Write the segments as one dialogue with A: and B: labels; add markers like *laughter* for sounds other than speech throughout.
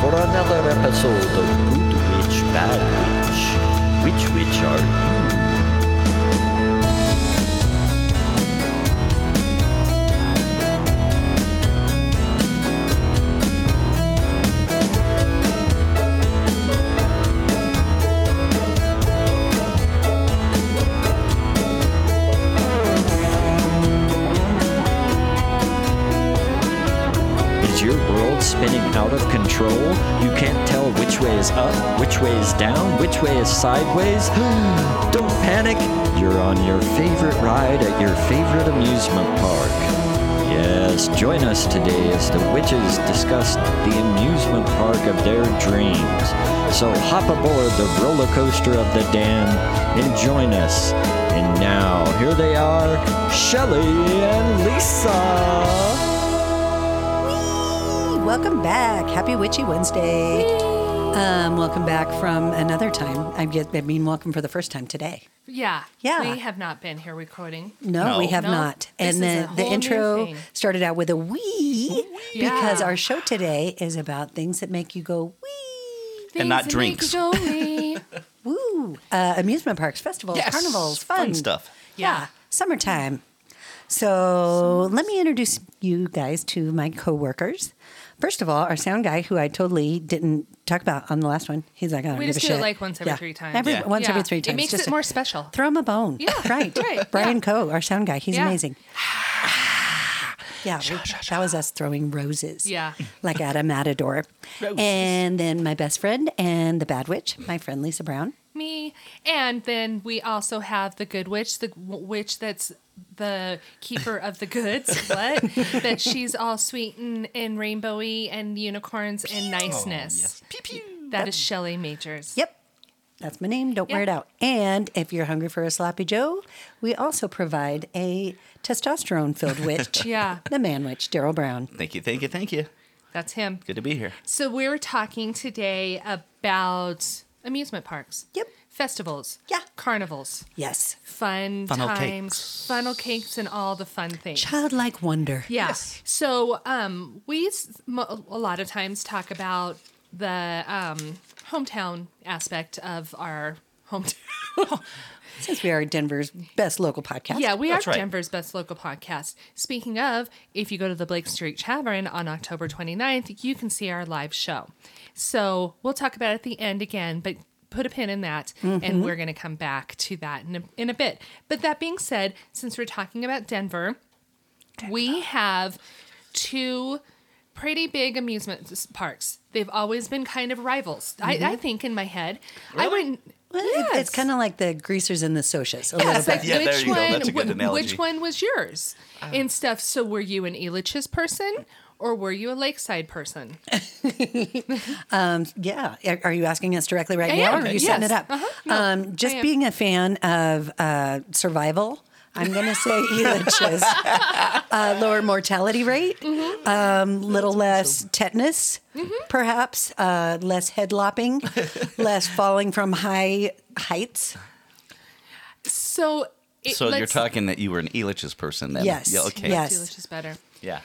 A: for another episode of Good Witch, Bad Witch. Which witch are you? Is your world spinning out of control? You can't tell which way is up, which way is down, which way is sideways? *gasps* Don't panic! You're on your favorite ride at your favorite amusement park. Yes, join us today as the witches discuss the amusement park of their dreams. So hop aboard the roller coaster of the dam and join us. And now, here they are, Shelly and Lisa.
B: Welcome back. Happy Witchy Wednesday. Um, welcome back from another time. I, get, I mean, welcome for the first time today.
C: Yeah.
B: Yeah.
C: We have not been here recording.
B: No, we have
C: No.
B: not. And
C: This is
B: then
C: a
B: the
C: whole new
B: intro
C: thing.
B: started out with a wee because
C: Yeah.
B: our show today is about things that make you go wee,
C: Things
D: not
C: that make
D: drinks.
C: you
B: *laughs*
C: go, "Wee."
B: woo. Uh, amusement parks, festivals,
D: Yes,
B: carnivals, fun,
D: fun stuff.
B: Yeah,
C: Yeah.
B: summertime. So let me introduce you guys to my coworkers. First of all, our sound guy, who I totally didn't talk about on the last one, he's like, I don't
C: We
B: give
C: just
B: a
C: do it
B: shit.
C: like once every three times.
B: Every,
D: Yeah.
B: Once every
C: Yeah.
B: three
C: It
B: times.
C: makes
B: just
C: it more special.
B: Throw him a bone.
C: Yeah,
B: right.
C: *laughs* right,
B: Brian
C: yeah.
B: Coe, our sound guy, he's
C: Yeah. *sighs*
B: amazing. Yeah, we- that was us throwing roses.
C: Yeah.
B: like at a matador.
D: Roses.
B: And then my best friend and the bad witch, my friend Lisa Brown.
C: *laughs* Me. And then we also have the good witch, the w- witch that's the keeper of the goods.
B: *laughs*
C: What? that she's all sweet and, and rainbowy and unicorns and
D: Oh,
C: niceness. That is Shelley Majors.
B: Yep. That's my name. Don't wear it
C: Yeah.
B: out. And if you're hungry for a sloppy Joe, we also provide a testosterone filled witch.
C: Yeah.
B: The man witch, Daryl Brown.
D: Thank you, thank you, thank you.
C: That's him.
D: Good to be here.
C: So we were talking today about amusement parks.
B: Yep.
C: Festivals.
B: Yeah.
C: Carnivals.
B: Yes.
C: Fun
D: Funnel
C: times.
D: cakes.
C: Funnel cakes and all the fun things.
B: Childlike wonder.
C: Yeah.
D: Yes.
C: So um, we s- mo- a lot of times talk about the um, hometown aspect of our hometown. *laughs*
B: Since we are Denver's best local podcast.
C: Yeah, we
D: That's
C: are
D: right.
C: Denver's best local podcast. Speaking of, if you go to the Blake Street Tavern on October 29th, you can see our live show. So we'll talk about it at the end again, but put a pin in that and we're going to come back to that in a, in a bit. But that being said, since we're talking about Denver, we have two pretty big amusement s- parks. They've always been kind of rivals. I, I think in my head, I wouldn't.
B: Well, it- it's kind of like the greasers and the socias. A
C: Yeah,
B: little
C: it's
B: bit.
C: like
D: Yeah,
C: which
D: there you go.
C: one?
D: That's a good
C: wh-
D: analogy.
C: Which one was yours
B: Oh.
C: and stuff? So were you an Elitch's person or were you a Lakeside person?
B: Yeah. Are- Are you asking us directly right
C: I
B: now
C: am.
B: or are you
C: Yes.
B: setting it up?
C: Uh-huh. No,
B: um, just
C: I am.
B: being a fan of uh, survival, I'm going to say
C: *laughs*
B: eliches. uh, lower mortality rate,
C: Mm-hmm.
B: um, little less tetanus, perhaps, uh, less head
D: *laughs*
B: lopping, less falling from high heights.
C: So it,
D: So you're
C: let's-
D: talking that you were an Elitch's person then?
B: Yes,
D: Yeah, okay.
B: yes.
C: Elitch is better.
D: Yeah.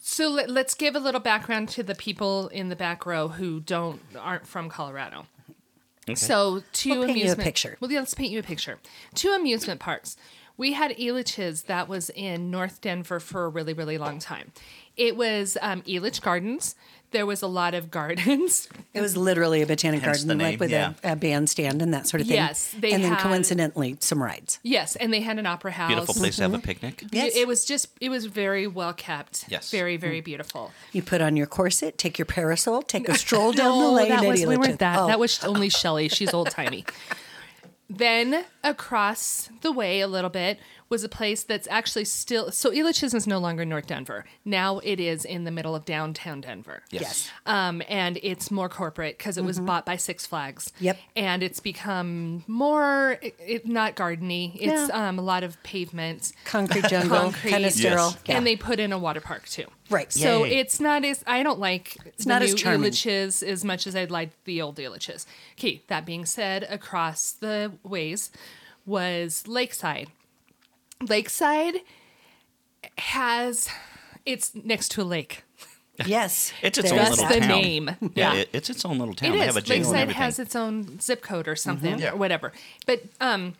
C: So let, let's give a little background to the people in the back row who don't aren't from Colorado. So two
B: We'll paint
C: amusement
B: you a picture.
C: Well, yeah, let's paint you a picture. Two amusement parks. We had Elitch's that was in North Denver for a really really long time. It was um, Elitch Gardens. There was a lot of gardens. *laughs*
B: It was literally a botanic
D: Hence the
B: garden, like
D: name,
B: with
D: yeah.
B: a, a bandstand and that sort of thing.
C: Yes, they
B: and then
C: had-
B: coincidentally, some rides.
C: Yes, and they had an opera house.
D: Beautiful place to have
C: Mm-hmm.
D: a picnic.
C: Y-
B: Yes. Mm-hmm.
C: It was just it was very well kept.
D: Yes.
C: Very very beautiful.
B: You put on your corset, take your parasol, take a stroll down the
C: *laughs* No,
B: lane.
C: that
B: at
C: was we
B: Elitch's.
C: weren't that.
B: Oh.
C: That was only Shelley. She's old timey. *laughs* Then across the way a little bit was a place that's actually still so Elitch's is no longer North Denver. Now it is in the middle of downtown Denver.
B: Yes.
C: Um, and it's more corporate because it was bought by Six Flags.
B: Mm-hmm. Yep.
C: And it's become more it, it- not gardeny. It's
B: Yeah.
C: um, a lot of pavement.
B: concrete
C: *laughs*
B: jungle,
C: Concrete.
B: kind of
C: Yes.
B: sterile.
C: and they put in a water park too.
B: Right.
C: So
D: Yay.
C: it's not as I don't like it's
B: not as charming.
C: Elitch's as much as I'd like the old Elitch's. Okay, that being said, across the ways was Lakeside. Lakeside has it's next to a lake.
B: Yes.
D: It's its
B: There's
D: own
C: That's
D: little
C: the
D: town.
C: name.
D: Yeah,
C: Yeah.
D: It, it's its own little town.
C: It
D: they have a
C: is.
D: jail and
C: Lakeside
D: everything. Mm-hmm.
C: has its own zip code or something
D: Yeah.
C: or whatever. But um,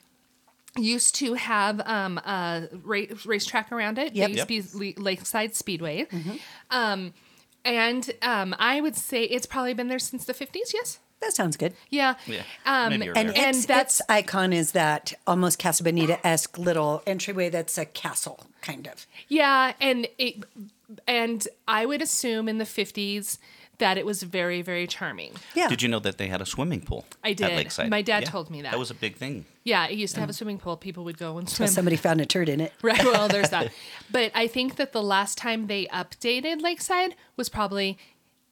C: used to have um, a ra- racetrack around it.
B: Yep.
C: It used to be Le- Lakeside Speedway. Um, and um, I would say it's probably been there since the 50s, yes?
B: That sounds good.
C: Yeah.
D: Yeah.
C: Um,
D: Maybe around
B: And,
C: and,
D: there.
B: and its,
C: that's
B: its icon is that almost Casa Bonita esque little entryway that's a castle, kind of.
C: Yeah, and it, and I would assume in the fifties that it was very, very charming.
B: Yeah.
D: Did you know that they had a swimming pool?
C: I did.
D: At Lakeside?
C: My dad
D: Yeah.
C: told me that.
D: That was a big thing.
C: Yeah, it used to
D: Mm.
C: have a swimming pool. People would go and swim.
B: Somebody found a turd in it.
C: Right. *laughs* Well, there's that. But I think that the last time they updated Lakeside was probably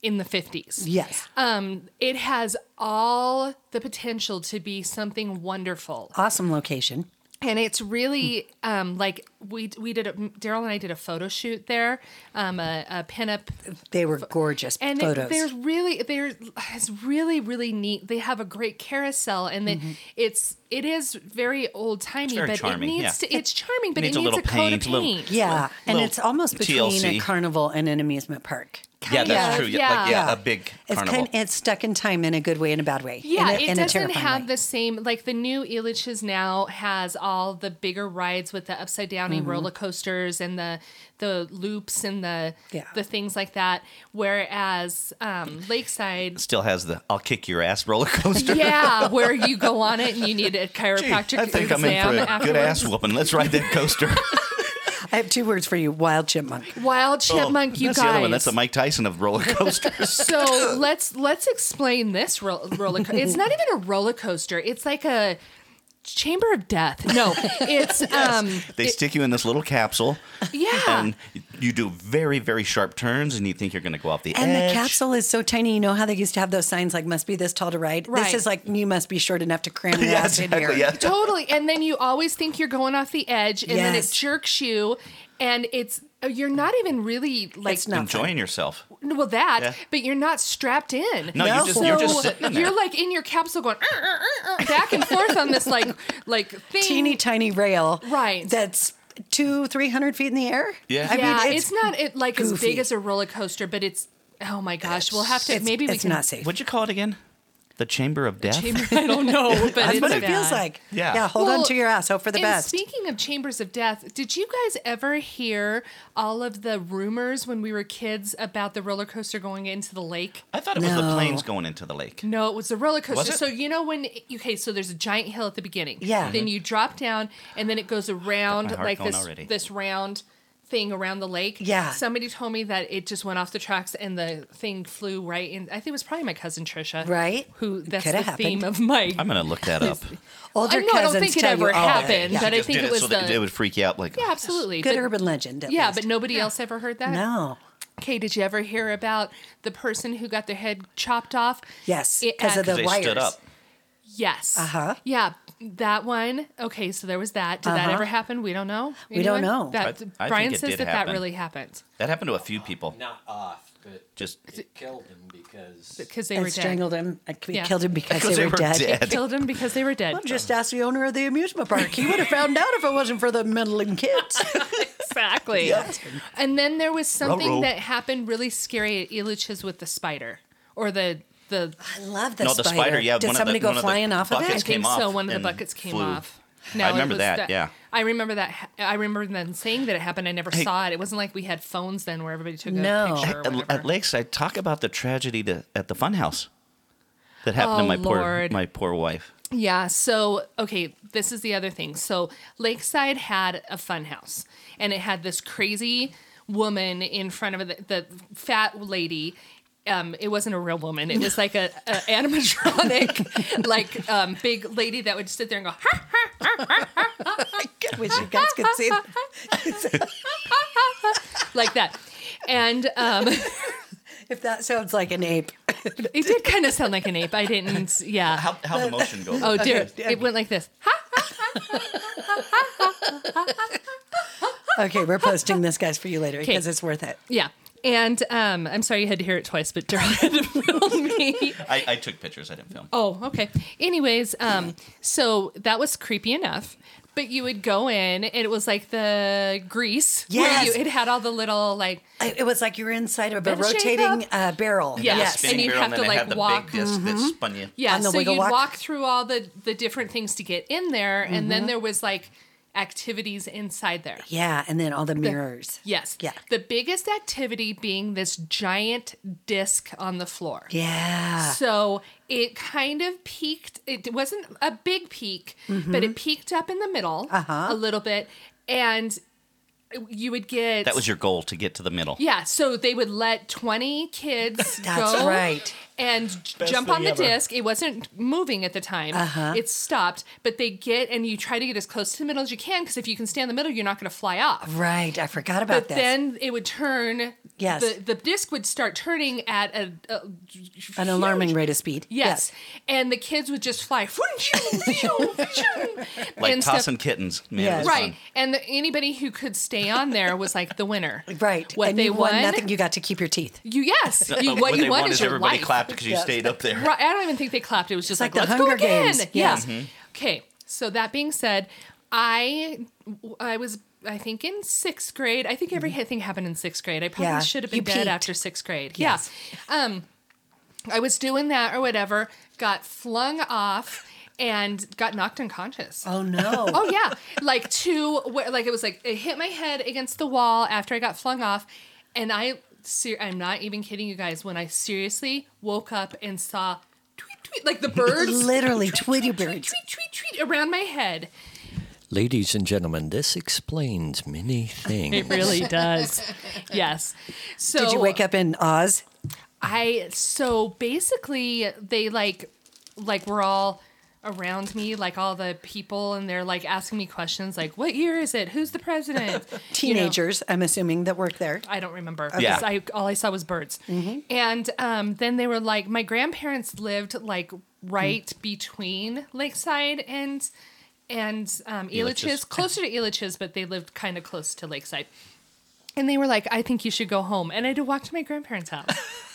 C: in the fifties.
B: Yes.
C: Um, it has all the potential to be something wonderful.
B: Awesome location.
C: and it's really
D: Hmm.
C: um, like we we did a Daryl and I did a photo shoot there, um, a, a pinup
B: They were gorgeous
C: and it-
B: photos.
C: there's really there's it's really really neat. They have a great carousel, and it, it's it is very old timey,
D: Mm-hmm. very
C: but
D: charming,
C: it needs
D: yeah.
C: to, it's charming, but
D: Needs
C: it
D: a
C: needs
D: little
C: a, coat of
D: paint, a little-
C: paint.
B: yeah. And
D: little
B: it's almost between
D: TLC.
B: a carnival and an amusement park.
D: yeah,
C: Kind
D: that's
C: of,
D: true. Yeah, like, yeah,
B: yeah.
D: a big
B: It's
D: carnival.
B: kind it's stuck in time in a good way and a bad way. in
C: Yeah,
B: a,
C: it
B: in a
C: doesn't
B: terrifying
C: have
B: way.
C: the same like the new Illich's now has all the bigger rides with the upside downy
B: Mm-hmm.
C: roller coasters and the the loops and the
B: Yeah.
C: the things like that. Whereas um,
B: *laughs*
C: Lakeside,
D: Still has the "I'll kick your ass"
C: *laughs*
D: roller coaster.
C: yeah, where you go on it and you need a chiropractic
D: I think I'm
C: exam
D: in for a good
C: afterwards.
D: ass whooping. Let's ride that
C: *laughs*
D: coaster.
B: I have two words for you: wild chipmunk.
C: Wild chipmunk, you
D: Oh, that's
C: guys.
D: the other one. That's the Mike Tyson
C: *laughs*
D: of roller coasters.
C: so let's let's explain this ro- roller. Co- it's not even a roller coaster. It's like a chamber of death. No,
D: *laughs*
C: it's um
D: they stick you in this
C: *laughs*
D: little capsule,
C: yeah.
D: and you do very, very sharp turns, and you think you're going to go off the
B: And
D: edge.
B: the capsule is so tiny. You know how they used to have those signs like "must be this tall to ride."
C: Right.
B: This is like you must be short enough to
D: *laughs*
B: cram your
D: *laughs* Yeah,
B: ass in
D: exactly.
B: here.
D: Yeah.
C: totally. And then you always think you're going off the edge, and then it
B: Yes.
C: jerks you, and it's you're not even really like
B: It's not fun.
D: Enjoying yourself.
C: well that,
D: Yeah.
C: but you're not strapped in.
D: No, you're
B: No.
D: just you're just
C: So
D: sitting in there.
C: you're like in your capsule going "Er, er, er, er," back and forth on this like like thing.
B: teeny tiny rail.
C: Right.
B: That's two, three hundred feet in the air.
D: Yeah.
B: I
C: yeah,
B: mean,
C: it's,
B: it's,
C: not it, like as big
B: goofy.
C: as a roller coaster, but it's oh my gosh, we'll have to
B: it's-
C: maybe we
B: it's
C: can.
B: not safe.
D: What'd you call it again? The Chamber of Death.
C: Chamber, I
B: *laughs*
C: don't know, but
B: That's
C: it's
B: what it
C: bad.
B: feels like.
D: Yeah.
B: Yeah. Hold
C: Well,
B: on to your ass. Hope for the
C: and
B: best.
C: Speaking of chambers of death, did you guys ever hear all of the rumors when we were kids about the roller coaster going into the lake?
D: I thought it was the
B: No.
D: planes going into the lake.
C: No, it was the roller coaster.
D: it?
C: So you know when okay, so there's a giant hill at the beginning.
B: Yeah.
C: Then you drop down, and then it goes around
D: heart
C: like
D: going
C: this
D: already.
C: this round thing around the lake.
B: Yeah.
C: Somebody told me that it just went off the tracks and the thing flew right in. I think it was probably my cousin Trisha.
B: Right.
C: Who that's
B: Coulda
C: the theme
B: happened.
C: of my.
D: I'm going to look
C: *laughs*
D: that up.
B: Older
C: I know, I
B: cousins
C: don't think it
B: tell
C: ever
B: you all of it.
C: happened,
B: Yeah.
C: but I
D: Just
C: think
D: did
C: it was
D: so that
C: the
D: it would freak you out. Like,
C: yeah, absolutely.
B: Good
C: But-
B: urban legend. At
C: Yeah,
B: least.
C: but nobody else ever heard that.
B: no.
C: Okay, did you ever hear about the person who got their head chopped off?
B: Yes,
C: It-
B: 'cause of
C: at-
B: the
D: they stood
B: wires.
D: up.
C: Yes. Uh
B: Uh-huh.
C: Yeah, that one. Okay, so there was that. Did that
B: Uh-huh.
C: ever happen? We don't know.
B: We don't know.
D: I- I
C: That
D: think
C: Brian
D: it
C: says
D: did
C: that that
D: happen.
C: really happened
D: That happened to a few people.
E: Not off, but
D: Just
E: it killed him because
C: because they
B: And
C: were
B: strangled him. I c-
C: Yeah.
B: Killed him because they, were, dead.
C: *laughs* dead. Killed him because they were
B: *laughs*
C: dead.
B: Well, just ask the owner of the amusement park. He would have found out if it wasn't for the meddling
C: *laughs*
B: kids.
C: exactly. And then there was something
D: Ruh-roh.
C: that happened really scary at Illich's with the spider or the the.
B: I love that
D: No, the spider. Yeah,
B: Did
D: one of the-
B: somebody go
D: one of the
B: flying off of
D: buckets
C: I
B: it?
C: *laughs*
D: came
C: think so.
D: off
C: One of the
D: and
C: buckets came
D: flew.
C: off.
D: I
C: it
D: remember
C: was
D: that, yeah.
C: I remember that. I remember them saying that it happened. I never saw it. It wasn't like we had phones then, where everybody took a
B: No.
C: picture. Or
D: At,
C: whatever.
D: at Lakeside, talk about the tragedy to, at the funhouse that happened
C: Oh,
D: to my
C: Lord.
D: poor my poor wife.
C: Yeah. So, okay, this is the other thing. So, Lakeside had a fun house, and it had this crazy woman in front of it, the, the fat lady. Um, it wasn't a real woman. It was like a,
D: *laughs*
C: a animatronic, like um, big lady that would sit there and go, "Huh, huh,
B: I wish you guys could see. it.
C: like that. And um,
B: *laughs* If that sounds like an ape,
C: it did kind of sound like an ape. I
B: *laughs*
C: didn't. Yeah.
D: How how the motion goes?
C: *laughs* Oh dear!
B: okay.
C: It went like this.
B: okay, we're posting this, guys, for you later because it's worth it.
C: Yeah. And um, I'm sorry you had to hear it twice, but Daryl *laughs* had to film me.
D: I, I took pictures. I didn't film.
C: Oh, okay. Anyways, um, so that was creepy enough. But you would go in, and it was like the grease.
B: Yes.
C: Where you, it had all the little like
B: I- It was like you were inside of a
C: Been a
B: rotating
C: shake-up?
B: uh, barrel.
C: Yeah.
B: Yes.
C: And you'd
D: barrel,
C: have to,
D: they
C: like,
D: had the
C: walk.
D: big disc that spun you.
C: yeah.
B: On the
C: So
B: wiggle
C: you'd
B: walk?
C: walk. through all the the different things to get in there, and then there was like activities inside there.
B: Mm-hmm. Yeah, and then all the mirrors.
C: Yes.
B: Yeah.
C: The biggest activity being this giant disc on the floor.
B: Yeah.
C: So it kind of peaked. It wasn't a big peak, but
B: Mm-hmm.
C: it peaked up in the middle
B: Uh-huh.
C: a little bit. And you would get.
D: That was your goal to get to the middle.
C: Yeah. So they would let 20 kids
B: *laughs* That's
C: go.
B: right.
C: And j- jump on the disc. It wasn't moving at the time. Uh-huh. It stopped, but they get, and you try to get as close to the middle as you can because if you can stay in the middle, you're not going to fly off.
B: Right. I forgot about
C: But
B: this.
C: then it would turn.
B: Yes.
C: The, the disc would start turning at a, a
B: An alarming rate of speed.
C: yes. and the kids would just fly,
B: *laughs*
D: Like
C: and stuff.
D: tossing kittens. Man, it
B: Yes.
D: was
C: right.
D: fun.
C: And the, anybody who could stay on there was like the winner,
B: *laughs* Right.
C: What
B: and
C: they
B: you
C: won,
B: won, nothing. You got to keep your teeth. *laughs*
C: you yes, you,
D: But
C: what, you
D: they
C: won
D: wanted
C: is your
D: everybody
C: life.
D: clapped because you stayed up there.
C: Right, I don't even think they clapped. It was just
B: like
C: like,
B: the
C: let's go
B: Hunger
C: again.
B: Games. Yeah.
C: Yes. Okay. So that being said, I I was I think in sixth grade. I think everything happened in sixth grade. I probably
B: Mm-hmm. Yeah.
C: should have
B: You
C: been dead
B: peaked.
C: after sixth grade.
B: Yes.
C: Yeah. Um, I was doing that or whatever. Got flung off and got knocked unconscious.
B: Oh no.
C: *laughs* Oh yeah, like two, wh- like it was like it hit my head against the wall after I got flung off, and I, ser- I'm not even kidding you guys. When I seriously woke up and saw, tweet tweet, like the
B: *laughs*
C: birds, *laughs*
B: Literally Tweety Birds.
C: tweet tweet tweet around my head.
A: Ladies and gentlemen, this explains many things.
C: really *laughs* does. Yes. So
B: Did you wake up in Oz?
C: I so basically they like like were all around me like all the people and they're like asking me questions like what year is it who's the president You know.
B: Teenagers, I'm assuming that work there.
C: I don't remember.
D: Yeah.
C: Yeah. I, all I saw was birds. And um, then they were like, my grandparents lived like right between Lakeside and and um,
D: Elitch's.
C: Elitch's, closer to Elitch's, but they lived kind of close to Lakeside. And they were like, I think you should go home. And I had to walk to my grandparents' house.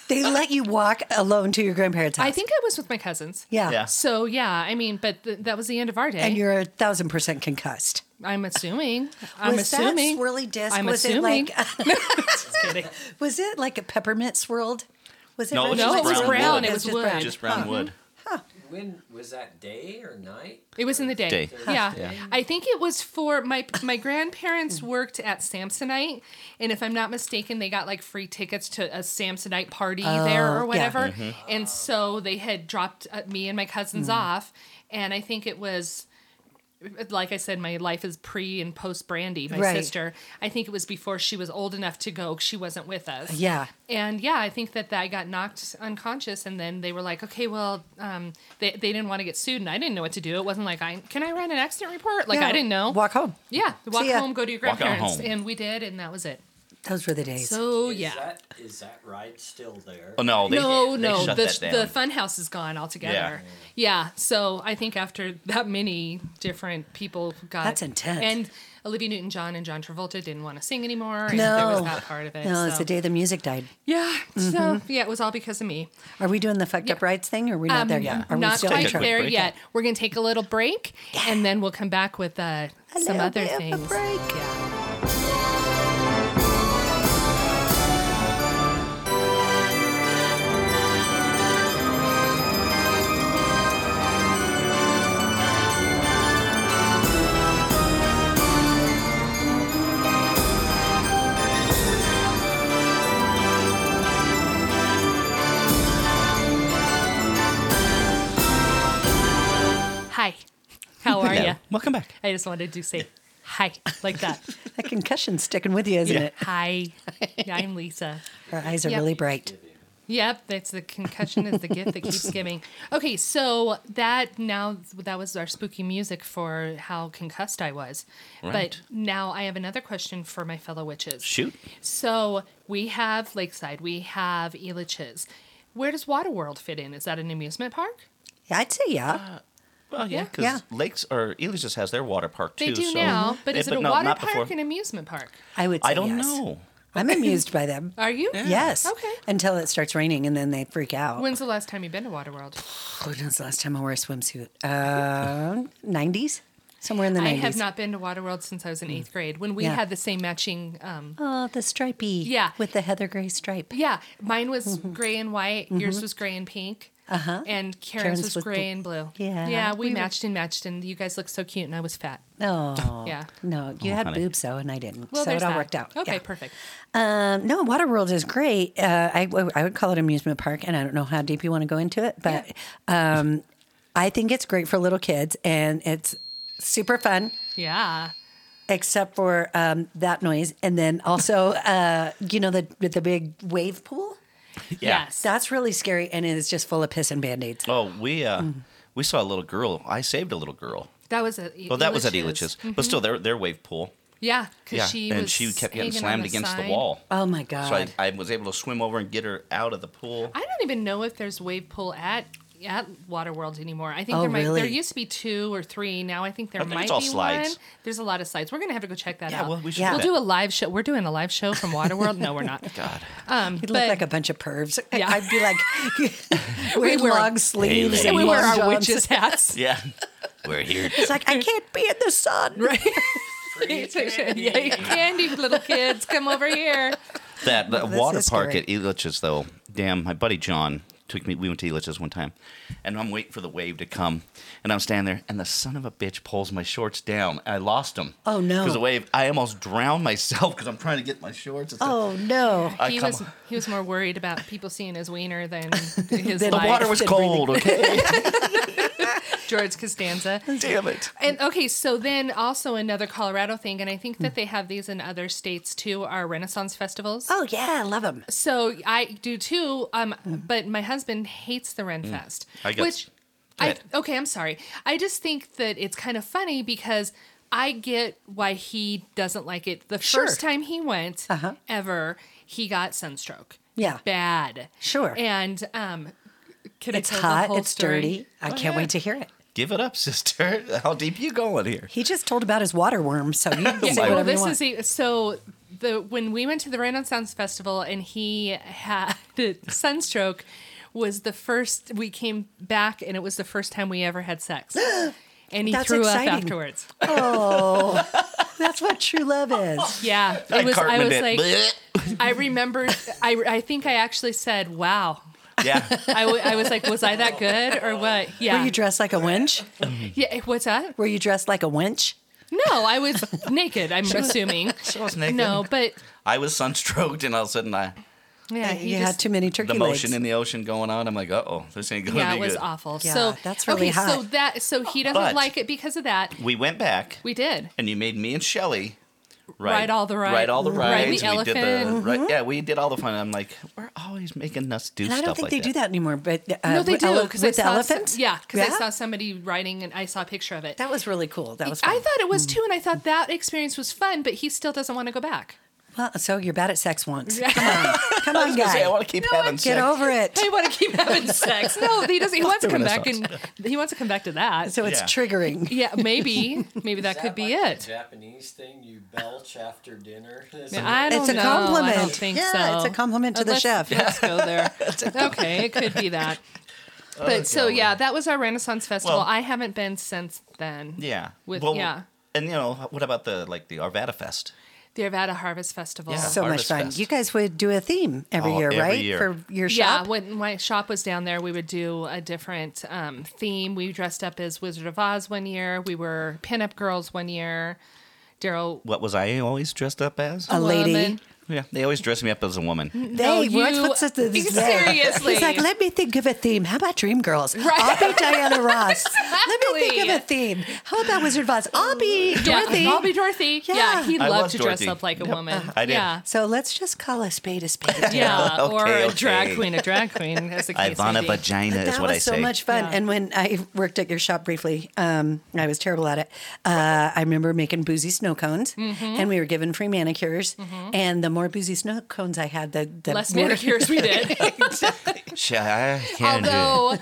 B: They let you walk alone to your grandparents' house.
C: Uh, I think I was with my cousins.
B: Yeah.
D: Yeah.
C: So yeah, I mean, but th- that was the end of our day.
B: And you're a thousand percent concussed.
C: I'm assuming. I'm
B: *laughs* was
C: assuming.
B: that swirly disc?
C: I'm
B: was
C: assuming.
B: it like
C: *laughs*
B: uh,
C: Just kidding.
B: was it like a peppermint swirled? Was it
D: No, it was
B: really
D: just
B: like
D: brown
B: swirled?
D: brown. It
C: was
B: just
C: wood.
B: brown.
D: Just brown wood.
E: When was that day or night?
C: It was in the day.
D: Day.
C: Yeah. I think it was for my my grandparents worked at Samsonite, and if I'm not mistaken, they got like free tickets to a Samsonite party there
B: Oh, yeah.
C: or whatever,
D: Mm-hmm.
C: and so they had dropped uh, me and my cousins
B: Mm.
C: off, and I think it was. Like I said, my life is pre and post Brandy, my
B: Right.
C: sister. I think it was before she was old enough to go. She wasn't with us.
B: Yeah.
C: And yeah, I think that, that I got knocked unconscious, and then they were like, "Okay, well, um, they they didn't want to get sued, and I didn't know what to do. It wasn't like I can I write an accident report? Like
B: Yeah.
C: I didn't know.
B: Walk home.
C: yeah, walk
B: See ya.
C: home, go to your
D: Walk on
C: grandparents,
D: home.
C: and we did, and that was it.
B: Those were the days.
C: So
E: Is
C: yeah,
E: That, is that ride still there?
D: Oh no, they,
C: no,
D: they
C: no,
D: shut
C: the
D: that down.
C: the fun house is gone altogether. Yeah. so I think after that many different people got
B: That's intense.
C: and Olivia Newton John and John Travolta didn't want to sing anymore. and
B: No.
C: there was that part of it.
B: no, Oh, it's Mm-hmm.
C: so-
B: the day the music died.
C: Yeah, so yeah, it was all because of me.
B: Are we doing the fucked up rights thing? Or are we not there yet? Are we
C: Um, not
B: still in
C: quite
D: Take a
B: trouble?
D: quick
C: there
D: break.
C: yet. We're gonna take a little break, and then we'll come back with uh, some
B: little
C: other
B: bit of a
C: things.
B: break.
C: Yeah. Hi, how are
D: Hello.
C: you?
D: Welcome back.
C: I just wanted to say hi like that.
B: That concussion's sticking with you, isn't
D: Yeah.
B: it?
C: hi, I'm Lisa.
B: Her eyes are
C: Yep.
B: really bright.
C: Yep, that's the concussion is the gift that keeps giving. Okay, so that now that was our spooky music for how concussed I was.
D: Right.
C: But now I have another question for my fellow witches.
D: Shoot.
C: So we have Lakeside, we have Elitch's. Where does Waterworld fit in? Is that an amusement park?
B: Yeah, I'd say
D: Uh,
B: yeah.
D: Well, yeah,
C: Yeah.
D: because
B: Yeah.
D: lakes or Ely's just has their water park too.
C: They do
D: so,
C: now, but
D: Eh,
C: is it a
D: no,
C: water
D: not
C: park
D: before.
C: and amusement park?
B: I would. Say
D: I don't
B: yes.
D: know.
B: I'm amused by them.
C: Are you?
B: Yes.
C: Okay.
B: Until it starts raining and then they freak out. Oh,
C: When's the last time you've been to Waterworld?
B: When was the last time I wore a swimsuit? Uh, 90s? Somewhere in the 90s.
C: I have not been to Waterworld since I was in eighth grade when we
B: Yeah.
C: had the same matching. Um,
B: Oh, the stripey.
C: Yeah.
B: With the heather gray
C: *laughs*
B: stripe.
C: yeah, mine was
B: Mm-hmm.
C: gray and white. Yours was gray and pink. Uh huh. And Karen's,
B: Uh-huh. Karen's
C: was
B: was
C: gray
B: bl-
C: and blue.
B: Yeah.
C: Yeah, we, matched and matched, and you guys looked so cute, and I was fat.
B: Oh.
C: Yeah.
B: No, you had
D: honey.
B: boobs though, and I didn't.
C: Well,
B: so
C: there's
B: it all
C: that.
B: worked out.
C: Okay,
B: Yeah.
C: perfect.
B: Um, no, Waterworld is great. Uh, I, I would call it amusement park, and I don't know how deep you want to go into it, but um, I think it's great for little kids, and it's super fun,
C: Yeah.
B: except for um, that noise, and then also, uh, you know, the the big wave pool.
D: Yeah.
C: Yes.
B: That's really scary, and it's just full of piss and band aids.
D: Oh, we uh, we saw a little girl. I saved a little girl.
C: That was a.
D: Well, that was at Elitch's, but still, their their wave pool.
C: Yeah, because
D: Yeah,
C: Mm-hmm. she
D: and
C: was
D: she kept getting
C: hanging on
D: slammed
C: the
D: against the
C: side.
D: wall.
B: Oh my
D: So I,
B: god!
D: I was able to swim over and get her out of the pool.
C: I don't even know if there's wave pool at at Waterworld anymore. I think
B: Oh,
C: there might there
B: really?
C: used to be two or three. Now I think there
D: I think
C: might
D: it's all
C: be
D: slides.
C: one. There's a lot of slides. We're gonna have to go check that
D: Yeah,
C: out.
D: well, we should
B: Yeah.
D: do
C: will
D: that.
C: do a live show. We're doing a live show from Waterworld. no, we're
D: *laughs*
C: not.
D: God.
C: Um,
B: you
C: but
B: look like a bunch of pervs.
C: *laughs* Yeah.
B: I'd be like, *laughs* wearing
C: wear-
B: long sleeves,
D: ladies.
B: and
C: we wear our
B: long
C: witches
B: johns.
D: *laughs*
C: hats.
D: Yeah. We're here.
B: It's like I can't be in the
C: *laughs*
B: sun. Right.
C: yeah, you candy little kids, come over here.
D: That, that
B: this
D: water
B: is
D: park
B: scary.
D: at Elitch's, though, damn, my buddy John took me, we went to Elitch's one time, and I'm waiting for the wave to come, and I'm standing there, and the son of a bitch pulls my shorts down, and I lost them.
B: Oh, no.
D: Because the wave, I almost drowned myself because I'm trying to get my shorts. It's
B: Oh no.
D: I
C: he
D: come-
C: was he was more worried about people seeing his wiener
B: *laughs*
C: than his
B: The
D: the
C: life.
D: water was
B: Said breathing.
D: cold, okay?
C: George Costanza.
D: damn it.
C: And okay, so then also another Colorado thing, and I think that they have these in other states too, are Renaissance festivals.
B: Oh yeah, I love them.
C: So I do too, um, but my husband hates the
B: Mm.
C: Ren Fest.
D: I guess-
C: Which
D: Go
C: I
D: ahead.
C: okay, I'm sorry. I just think that it's kind of funny because I get why he doesn't like it. The
B: Sure.
C: first time he went
B: Uh-huh.
C: ever, he got sunstroke.
B: Yeah.
C: Bad.
B: Sure.
C: And um can
B: It's
C: I tell the
B: hot.
C: whole
B: It's
C: story? Oh,
B: dirty. I can't wait to hear it.
D: Give it up, sister. How deep you going here?
B: He just told about his water worm, so you
C: *laughs*
B: can say
C: well,
B: whatever you
C: this
B: want.
C: is a, so the when we went to the Renaissance Festival and he had *laughs* the sunstroke was the first we came back and it was the first time we ever
B: *gasps*
C: had sex. And he
B: That's
C: threw up
B: exciting.
C: afterwards.
B: oh, that's what true love
C: *laughs*
B: is. *laughs*
C: Yeah, it
D: I
C: was. I
D: Cartmaned
C: was
D: it.
C: like,
D: Blech.
C: I remember. I I think I actually said, "Wow."
D: yeah.
C: *laughs* I, w- I was like, "Was I that good or what?" Yeah.
B: Were you dressed like a wench?
C: yeah. What's that?
B: Were you dressed like a wench?
C: No, I was naked.
B: *laughs*
C: I'm assuming.
D: She was naked.
C: No, but
D: I was sunstroked, and all of a sudden, I,
C: yeah, he
B: you
C: just,
B: had too many turkey
D: the
B: legs.
D: motion in the ocean going on. I'm like, uh oh, this ain't going to
C: yeah,
D: be
C: it was
D: good.
C: awful.
B: Yeah,
C: so
B: that's really
C: okay, So
B: hot.
C: that so he doesn't
D: But-
C: like it because of that.
D: We went back.
C: We did.
B: Uh,
D: and you made me and Shelly
C: Ride all the ri-
D: ride all the
C: ride
D: rides.
C: the
D: We did the,
C: elephant.
D: ri- yeah, we did all the fun. I'm like, we're always making us do
B: Mm-hmm. and I
D: stuff
B: don't think
D: like
B: they
D: that.
B: do that anymore. But uh,
C: No, they
B: with
C: do
B: ele-
C: because
B: with
C: I saw
B: elephants.
C: Some, yeah, because I saw somebody riding and I saw a picture of it.
B: that was really cool. That was. Fun. Mm.
C: I thought it was too, and I thought that experience was fun, but he still doesn't want to go
B: *laughs*
C: back.
B: Well, so you're bad at sex once. Come
C: *laughs*
B: on, come on,
D: I, was gonna say, I
B: guy.
D: want to keep having
B: Get
D: sex.
B: over it.
C: They want to keep having sex. *laughs* No, he doesn't. He wants to
D: the
C: come back and he wants to come back to that.
B: So it's
D: Yeah.
B: triggering.
C: yeah, maybe
B: *laughs*
C: maybe that
E: Is
C: could be
E: like the
C: it.
E: Japanese thing you belch after dinner. *laughs* Is it-
C: I don't
B: It's a
C: know. I
B: compliment.
C: don't think
B: Yeah,
C: so.
B: it's a compliment to the
C: Uh, Let's-
B: chef.
C: Let's
B: *laughs*
C: go there. okay, it could be
D: *laughs*
C: that. But so yeah, that was our Renaissance festival.
D: Oh, Well-
C: I haven't been since then.
D: Yeah.
C: With
D: Well,
C: yeah,
D: And you know what about the like the Arvada Fest?
C: the Arvada Harvest Festival.
D: Yeah.
B: So much
D: Harvest
B: fun.
D: Fest.
B: You guys would do a theme every
D: Oh,
B: year,
D: every
B: right?
D: year.
B: For your
C: Yeah,
B: shop.
C: when my shop was down there, we would do a different um, theme. We dressed up as Wizard of Oz one year. We were pinup girls one year. Daryl,
D: What was I always dressed up as?
B: a Mm-hmm. lady.
C: woman.
D: yeah, they always dress me up as a woman.
B: They,
C: No,
B: what's,
C: you-
B: what's
C: *laughs*
B: the, this
C: Seriously.
B: He's like, let me think of a theme. How about Dream Girls? I'll be
C: *laughs*
B: Diana Ross. Let me think of a theme. How about Wizard of Oz? I'll be Dorothy.
C: Yeah, I'll be Dorothy. Yeah,
B: Yeah.
C: he
D: I
C: loved
D: was
C: to dress
D: Dorothy.
C: up like a woman.
D: *laughs* I did.
B: *laughs*
C: Yeah.
B: so let's just call a spade a spade.
C: Yeah,
D: Okay,
C: or a
D: okay.
C: drag queen, a drag queen, as
D: *laughs*
C: the case may
D: Ivana
C: be.
D: Vagina is
B: that
D: what
B: was
D: I
B: so
D: say.
B: much fun.
C: Yeah.
B: And when I worked at your shop briefly, um, I was terrible at it. Uh, I remember making boozy snow cones,
C: Mm-hmm.
B: and we were given free manicures. And the more boozy snow cones I had, the, the
C: Less
B: more-
C: manicures we did.
B: *laughs*
C: *laughs*
D: Sh- I can't do it.
C: Although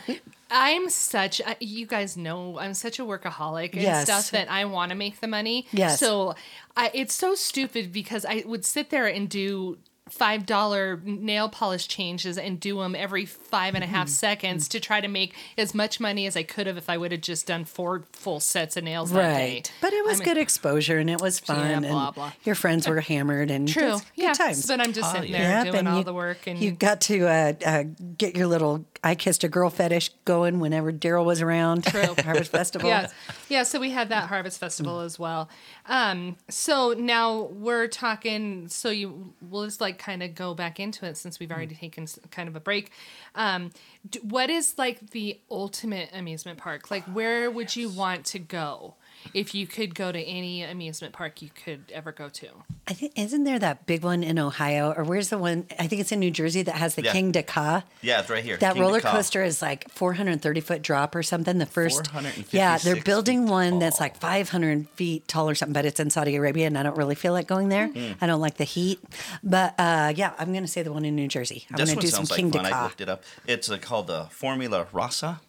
C: I'm such, I- you guys know, I'm such a workaholic and
B: Yes.
C: stuff that I want to make the money.
B: Yes.
C: So I, it's so stupid because I would sit there and do five dollar nail polish changes and do them every five and a
B: Mm-hmm.
C: half seconds to try to make as much money as I could have if I would have just done four full sets of nails that day.
B: Right. But it was
C: I mean,
B: good exposure and it was fun.
C: Yeah, blah,
B: and
C: blah.
B: Your friends
C: *laughs*
B: were hammered and
C: True.
B: just good
C: yeah.
B: times.
C: But I'm just sitting there
B: Yep,
C: doing all
B: you-
C: the work and
B: you got to uh, uh, get your little I kissed a girl fetish going whenever Daryl was around.
C: True.
B: *laughs* Harvest Festival.
C: Yeah, yeah. So we had that harvest festival as well. Um, so now we're talking. So you, we'll just like kind of go back into it since we've already taken s- kind of a break. Um, d- what is like the ultimate amusement park? Like, where would you want to go if you could go to any amusement park you could ever go to?
B: I think isn't there that big one in Ohio or where's the one? I think it's in New Jersey that has the
D: Yeah.
B: King Dakar.
D: Yeah, it's right here.
B: That
D: King
B: roller
D: Dakar.
B: coaster is like 430 foot drop or something. The first,
D: 456
B: yeah, they're building
D: feet
B: one that's
D: tall.
B: like 500 feet tall or something, but it's in Saudi Arabia, and I don't really feel like going there.
D: Mm-hmm.
B: I don't like the heat, but uh, yeah, I'm gonna say the one in New Jersey. I'm
D: This
B: gonna
D: one
B: do some
D: sounds
B: King
D: like fun. I
B: Dakar.
D: looked it up. It's uh, called the Formula Rasa,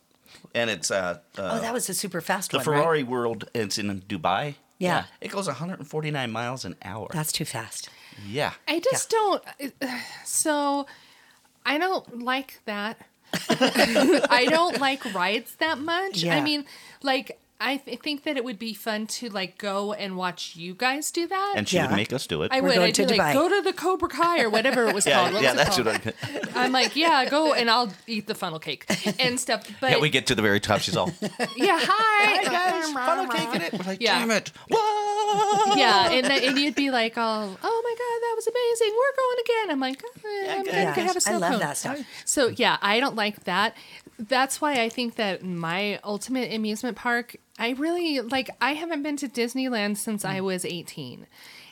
D: and it's uh, uh,
B: Oh, that was a super fast
D: the
B: one. right?
D: Ferrari World. It's in Dubai.
B: Yeah.
D: it goes 149 miles an hour.
B: That's too fast.
D: yeah,
C: I just don't. *sighs* So I don't like
D: *laughs*
C: that. I don't like rides that much. I
B: Yeah.
C: mean, like I th- think that it would be fun to like go and watch you guys do that.
D: and she
B: Yeah.
D: would make us do it.
C: I
B: We're
C: would.
B: going
C: I'd
B: to
C: be
B: Dubai.
C: like, go to the Cobra Kai or whatever it was
D: yeah,
C: called. What
D: yeah,
C: was it
D: that's
C: called?
D: *laughs* what I.
C: I'm like, yeah, go and I'll eat the funnel
D: *laughs*
C: cake and stuff. But
D: Yeah, we get to the very top. She's all,
C: yeah, hi.
D: funnel cake in it. We're like,
C: Yeah.
D: damn it, *laughs*
B: *laughs*
D: what?
C: yeah, and then, and you'd be like, oh, oh my god, that was amazing. We're going again. I'm like, eh, I'm
D: good.
C: gonna
D: Yeah,
C: go have a
B: I
C: cell
B: love
C: phone.
B: that stuff.
C: So yeah, I don't like that. That's why I think that my ultimate amusement park, I really like I haven't been to Disneyland since
B: Mm.
C: I was 18.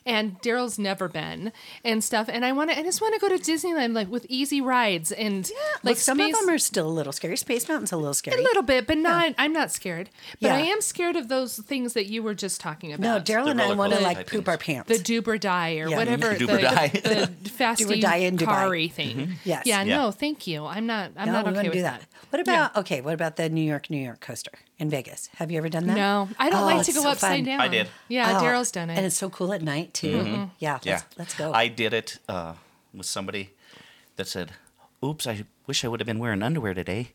C: And Daryl's never been and stuff. And I wanna I just wanna go to Disneyland like with easy rides and like
B: Like some
C: space-
B: of them are still a little scary. Space Mountain's a little scary.
C: a little bit, but not I'm not scared. But
B: Yeah.
C: I am scared of those things that you were just talking about.
B: no, Daryl
D: The
B: and I
D: roller
B: want to
D: coaster
B: like
D: type
B: poop
D: things.
B: our pants.
C: the do or die or
B: Yeah.
C: whatever
D: Do
C: the,
D: or die. *laughs*
C: the, the fasty
B: Do or die in Dubai.
C: Kari thing.
B: Yes.
C: Yeah,
D: Yeah.
C: No. Thank you. I'm not. I'm
B: no,
C: not
B: we
C: okay
B: wouldn't
C: with
B: do that. What about okay? What about the New York, New York coaster in Vegas? Have you ever done that?
C: No, I don't
B: Oh,
C: like to
B: it's
C: go
B: so
C: upside
B: fun.
C: down.
D: I did.
C: Yeah,
B: Oh,
C: Daryl's done it.
B: and it's so cool at night too. Yeah,
D: Yeah,
B: Let's, let's go.
D: Mm-hmm. I did it uh, with somebody that said, "Oops, I wish I would have been wearing underwear today."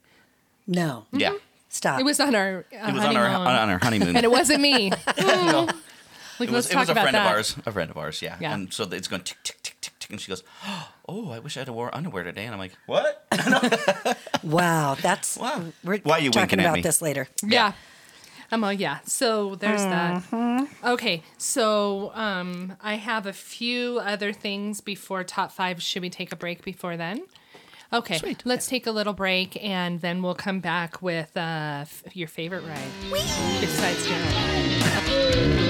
C: Mm-hmm.
B: no,
D: Yeah,
B: stop.
C: it was on our. Uh,
D: it was on
C: honeymoon.
D: our on our
B: *laughs*
D: honeymoon.
C: and it wasn't me.
D: *laughs* No.
C: *laughs* Like,
D: It was,
C: let's
D: it
C: talk
D: was a
C: about
D: friend
C: that.
D: of ours, a friend of ours, yeah.
C: Yeah.
D: And so it's going tick, tick, tick, tick, tick. And she goes, Oh, I wish I'd have wore underwear today. And I'm like, What?
B: wow, that's
D: Wow.
B: we're
D: Why are you
B: talking
D: winking at
B: about
D: me?
B: this later.
C: Yeah. I'm all yeah. So there's
D: Mm-hmm.
C: that. Okay. So um I have a few other things before top five. Should we take a break before then? Okay.
D: Sweet.
C: Let's take a little break and then we'll come back with uh f- your favorite ride. Besides General.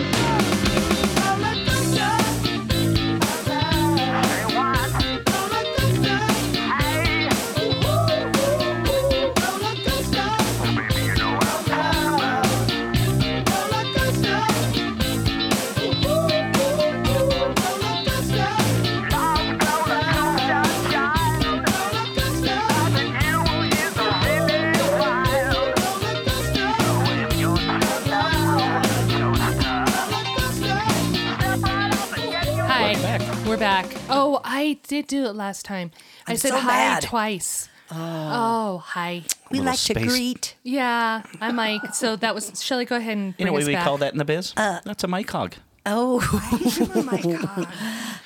C: Hi. We're back. Oh, I did do it last time. I
B: I'm
C: said
B: so
C: hi
B: mad.
C: twice. Oh. hi.
B: We
D: Little
B: like to
D: space.
B: greet.
C: Yeah, I'm like, so that was Shelly, go ahead and
D: *laughs* You
C: bring
D: know what
C: us
D: we
C: back.
D: call that in the biz?
B: Uh,
D: That's a mic hog.
B: *laughs* Oh,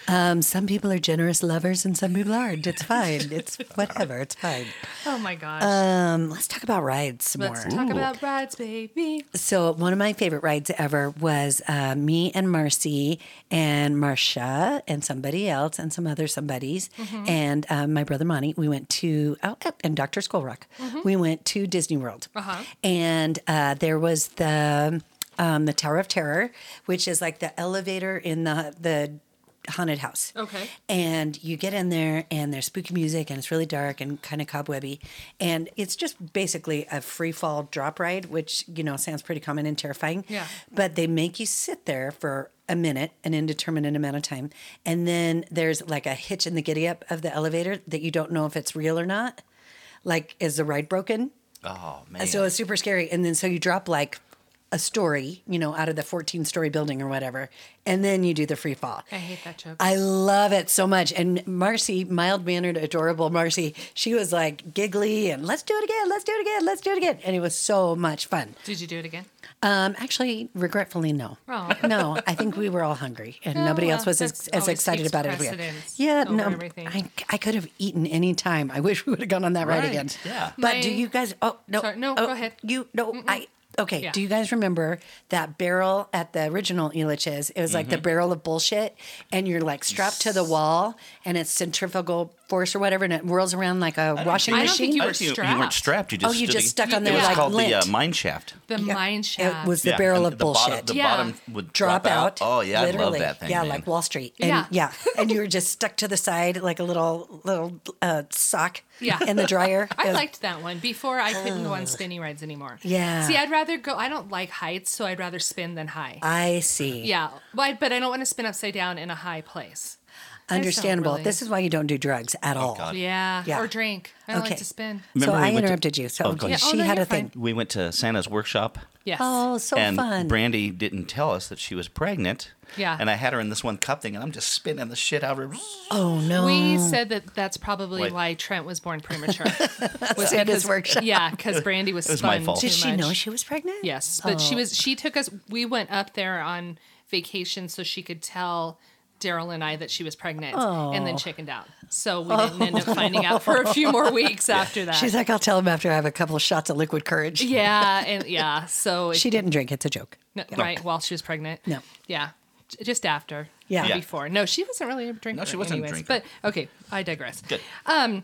B: um, some people are generous lovers and some people aren't. It's fine. It's
D: *laughs*
B: whatever. It's fine.
C: Oh my gosh.
D: Uh,
B: Um, let's talk about rides some
C: Let's
B: more.
C: talk about rides, baby.
B: So one of my favorite rides ever was uh, me and Marcy and Marcia and somebody else and some other somebodies and um, my brother Monty. We went to oh, oh, and Dr. Skull Rock. We went to Disney World, and uh, there was the um, the Tower of Terror, which is like the elevator in the the haunted house.
C: Okay.
B: And you get in there, and there's spooky music, and it's really dark and kind of cobwebby. And it's just basically a free fall drop ride, which, you know, sounds pretty common and terrifying.
C: Yeah.
B: But they make you sit there for a minute, an indeterminate amount of time. And then there's like a hitch in the giddy up of the elevator that you don't know if it's real or not. Like, is the ride broken?
D: Oh, man.
B: And so it's super scary. And then so you drop like a story, you know, out of the 14 story building or whatever, and then you do the free fall.
C: I hate that joke.
B: I love it so much. And Marcy, mild mannered, adorable Marcy, she was like giggly and let's do it again, let's do it again, let's do it again. And it was so much fun.
C: Did you do it again?
B: Um, actually, regretfully, no.
C: Oh.
B: *laughs* No, I think we were all hungry and
C: Oh,
B: nobody
C: well,
B: else was as,
C: that's
B: as
C: always
B: excited
C: takes
B: about it as we are.
C: precedence
B: Yeah,
C: over
B: no,
C: everything.
B: I, I could have eaten any time. I wish we would have gone on that ride
D: Right,
B: again.
D: yeah.
B: But do
C: My-
B: you guys? Oh no,
C: Sorry, no,
B: oh,
C: go ahead.
B: You no, I. Okay,
C: Yeah.
B: do you guys remember that barrel at the original Elitch's? It was like
C: Mm-hmm.
B: the barrel of bullshit, and you're like strapped to the wall, and it's centrifugal force or whatever, and it whirls around like a washing
C: I don't
B: machine.
C: think you
D: I
C: were
D: think You
C: strapped.
D: weren't strapped. You just
B: Oh, you
D: stood
B: just
D: ag-
B: stuck on
D: It
B: there
D: was
B: like
D: called the uh,
B: lint.
D: mine shaft.
C: The mine shaft.
B: It was the barrel
D: and
B: of
D: the
B: bullshit.
D: Bottom, the
C: Yeah.
D: bottom would
B: drop out.
D: Oh yeah, I love
B: literally.
D: that thing.
B: Yeah,
D: man.
B: like Wall Street. And,
C: Yeah.
B: yeah, and *laughs* you were just stuck to the side like a little little uh, sock.
C: Yeah.
B: in the *laughs* dryer.
C: I
B: It- Oh.
C: liked that one. Before I couldn't go on spinny rides anymore.
B: Yeah.
C: See, I'd rather go. I don't like heights, so I'd rather spin than high.
B: I see.
C: yeah, but but I don't want to spin upside down in a high place.
B: understandable.
C: really-
B: This is why you don't do drugs at all.
D: Oh, God.
C: Yeah.
B: Yeah.
C: Or drink. I don't like
B: Okay. Mm.
C: to spin.
B: So
D: Remember we
B: I
D: went to-
B: interrupted you. So
D: Oh, go ahead.
C: Yeah, oh,
B: she
C: no,
B: had
C: you're
B: a thing.
D: we went to Santa's workshop.
C: Yes.
B: Oh, so
D: and
B: fun.
D: Brandy didn't tell us that she was pregnant.
C: Yeah.
D: And I had her in this one cup thing, and I'm just spinning the shit out of her.
B: oh no.
C: We said that that's probably
D: Wait.
C: why Trent was born premature. *laughs*
B: Santa's
C: was because-
B: workshop.
C: Yeah, because Brandy was,
D: was my
C: spun
D: fault.
C: too
B: Did she
C: much.
B: know she was pregnant?
C: Yes, but she
B: Oh.
C: was. She took us. We went up there on vacation so she could tell Daryl and I that she was pregnant, and
B: Oh.
C: then chickened out. So we didn't end up finding out for a
B: *laughs*
C: few more weeks after that.
B: She's like, I'll tell him after I have a couple of shots of liquid courage.
C: yeah, and yeah. So it,
B: She didn't drink. It's a joke.
C: no, right while she was pregnant.
B: No.
C: Yeah, j- just after.
B: Yeah.
C: not
B: Yeah.
C: Before. No, she wasn't really a drinker.
D: No, she wasn't a
C: anyways.
D: drinker.
C: But okay, I digress.
D: Good.
B: Uh,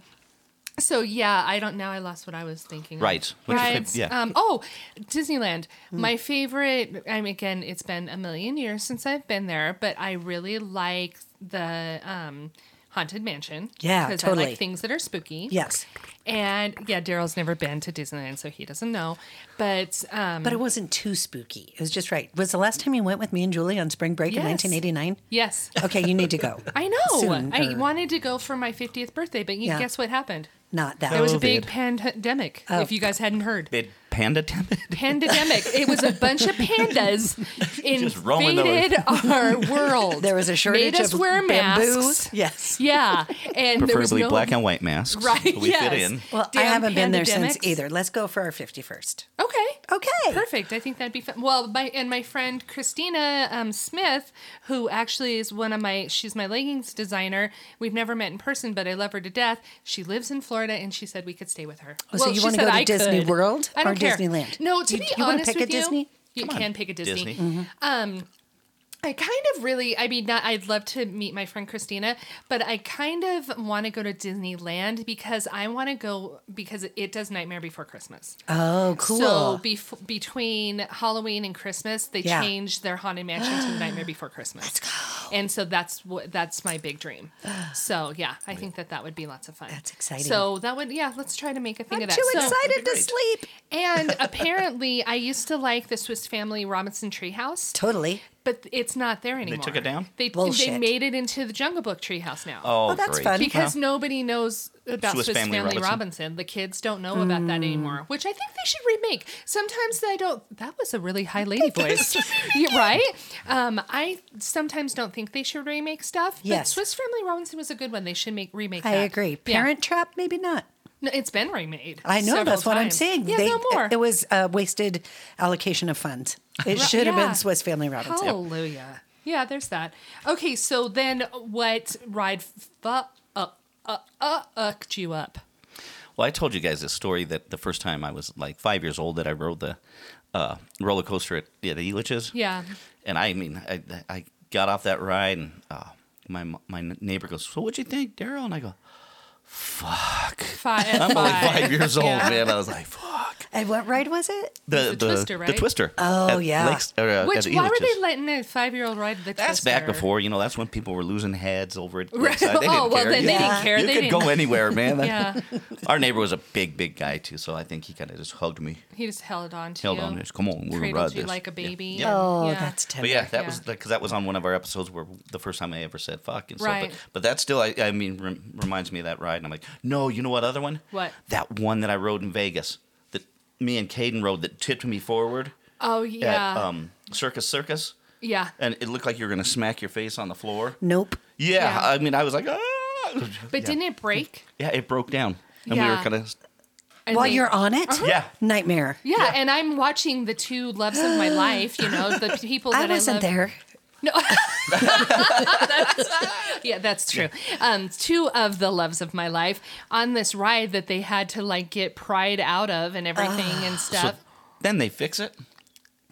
C: So yeah, I don't. Now I lost what I was thinking. of.
D: Right. What's your fav-
C: Rides.
D: yeah.
C: Um, oh, Disneyland. My favorite. I mean, again, it's been a million years since I've been there, but I really like the um, Haunted Mansion.
B: Yeah,
C: because I
B: totally.
C: like things that are spooky.
B: Yes.
C: And yeah, Daryl's never been to Disneyland, so he doesn't know. But um,
B: But it wasn't too spooky. It was just right. Was the last time you went with me and Julie on spring break
C: Yes.
B: in 1989?
C: yes,
B: Okay, you need to go.
C: I know.
B: Soon,
C: I
B: or-
C: wanted to go for my 50th birthday, but you
B: Yeah.
C: guess what happened?
B: Not that.
C: There was a
D: COVID.
C: big pandemic.
B: Oh.
C: If you guys hadn't heard.
D: Big panda temp.
C: pandemic. It was a bunch of
D: *laughs*
C: pandas
D: roaming the
C: invaded our world.
B: There was a shortage
C: Made us
B: of
C: wear
B: bamboo.
C: masks.
B: Yes.
C: Yeah, and there was
D: Preferably
C: no
D: black and white masks.
C: *laughs* Right,
D: So we
C: yes.
D: fit in.
B: Well, I
C: Damn
B: haven't been there since
C: pandemics.
B: either. Let's go for our 51st.
C: Okay.
B: Okay.
C: Perfect. I think that'd be fun. Well, my and my friend Christina um, Smith, who actually is one of my, she's my leggings designer. We've never met in person, but I love her to death. She lives in Florida, and she said we could stay with her.
B: Oh, so you
C: she
B: wanna
C: said
B: go to
C: I
B: Disney
C: could.
B: World
C: I don't
B: or
C: care.
B: Disneyland?
C: No, to
B: You-
C: be
B: you wanna
C: honest
B: pick a
C: with you,
B: Disney? Mm.
C: you can pick a Disney. Mm-hmm.
D: Disney.
C: I kind of really, I mean, not, I'd love to meet my friend Christina, but I kind of want to go to Disneyland because I want to go because it does Nightmare Before Christmas.
B: Oh, cool.
C: So bef- between Halloween and Christmas, they
B: Yeah.
C: changed their haunted mansion to
B: *gasps*
C: the Nightmare Before Christmas. Let's go. And so that's what that's my big
B: *sighs*
C: dream. So yeah, I think that that would be lots of fun.
B: That's exciting.
C: So that would yeah, let's try to make a thing
B: I'm
C: of that.
B: too
C: So-
B: excited to
D: great.
B: sleep. *laughs*
C: And apparently, I used to like the Swiss Family Robinson Treehouse.
B: Totally.
C: But it's not there anymore.
D: took it down?
C: They, they
B: Bullshit.
C: made it into the Jungle Book treehouse now.
D: Oh,
B: Oh, that's
D: great.
B: fun.
C: Because nobody knows about Swiss,
D: Swiss
C: Family,
D: Family
C: Robinson.
D: Robinson.
C: The kids don't know about that
B: Mm.
C: anymore, which I think they should remake. Sometimes I don't. That was a really
B: *laughs*
C: high lady voice, *laughs* You- right? Um, I sometimes don't think they should remake stuff. But
B: Yes.
C: Swiss Family Robinson was a good one. They should make remake.
B: I
C: that.
B: agree.
C: Yeah.
B: Parent Trap, maybe not.
C: No, it's been remade.
B: I know
C: several
B: that's what I'm
C: times.
B: saying.
C: Yeah,
B: They-
C: no more.
B: It was a wasted allocation of funds. It should have
C: yeah.
B: been Swiss Family Robinson.
C: Hallelujah. Yeah, there's that. Okay, so then what ride fu- uh, uh, uh, ucked you up?
D: Well, I told you guys this story that the first time I was like five years old that I rode the uh, roller coaster at, at Elitch's.
C: Yeah.
D: And I mean, I, I got off that ride and uh, my my neighbor goes, "So what'd you think, Daryl?" And I go, *laughs*
C: Five.
D: "I'm only
C: five. *laughs*
D: five years old,
C: Yeah.
D: man." I was like, "Fuck."
B: And what ride was it?
D: The,
C: the Twister, right?
D: The Twister.
B: Oh,
D: at
B: yeah.
D: Lakes- or, uh,
C: Which
D: at
C: why were
D: Elitch's.
C: they letting a five year old ride the
D: That's
C: Twister?
D: back before, you know. That's when people were losing heads
C: *laughs*
D: over it.
C: Right.
D: They didn't
C: Oh, well,
D: care.
C: then
D: You-
C: they didn't care.
D: You
C: They
D: could go
C: didn't-
D: anywhere, man.
C: *laughs* Yeah,
D: *laughs* Our neighbor was a big, big guy too, so I think he kind of just hugged me,
C: he just held on to
D: held
C: you.
D: on, just come on, we're gonna
C: Cradled
D: ride
C: you
D: this.
C: like a baby.
D: Yeah. Yeah.
B: Oh,
C: Yeah.
B: that's
D: But
B: terrible.
D: yeah, that was
C: Yeah.
D: because that was on one of our episodes where the first time I ever said fuck and stuff.
C: Right.
D: But, but that still, I, I mean, rem- reminds me of that ride. And I'm like, no, you know what other one?
C: What?
D: That one that I rode in Vegas that me and Caden rode that tipped me forward.
C: Oh yeah.
D: at um, Circus Circus,
C: yeah.
D: and it looked like you were gonna smack your face on the floor.
B: Nope.
D: Yeah,
C: Yeah.
D: I mean, I was like, ah.
C: But didn't it break?
D: yeah, it broke down, and we were
C: Yeah.
D: kind of
C: And
B: While
C: we-
B: you're on it,
C: Uh-huh.
D: Yeah.
B: nightmare.
C: Yeah, and I'm watching the two loves of my life. You
B: *laughs*
C: know, the people
B: I
C: that I,
B: wasn't
C: love.
B: there.
C: Yeah, that's true. Um, two of the loves of my life on this ride that they had to like get pried out of and everything and
D: So
C: stuff.
D: then they fix it,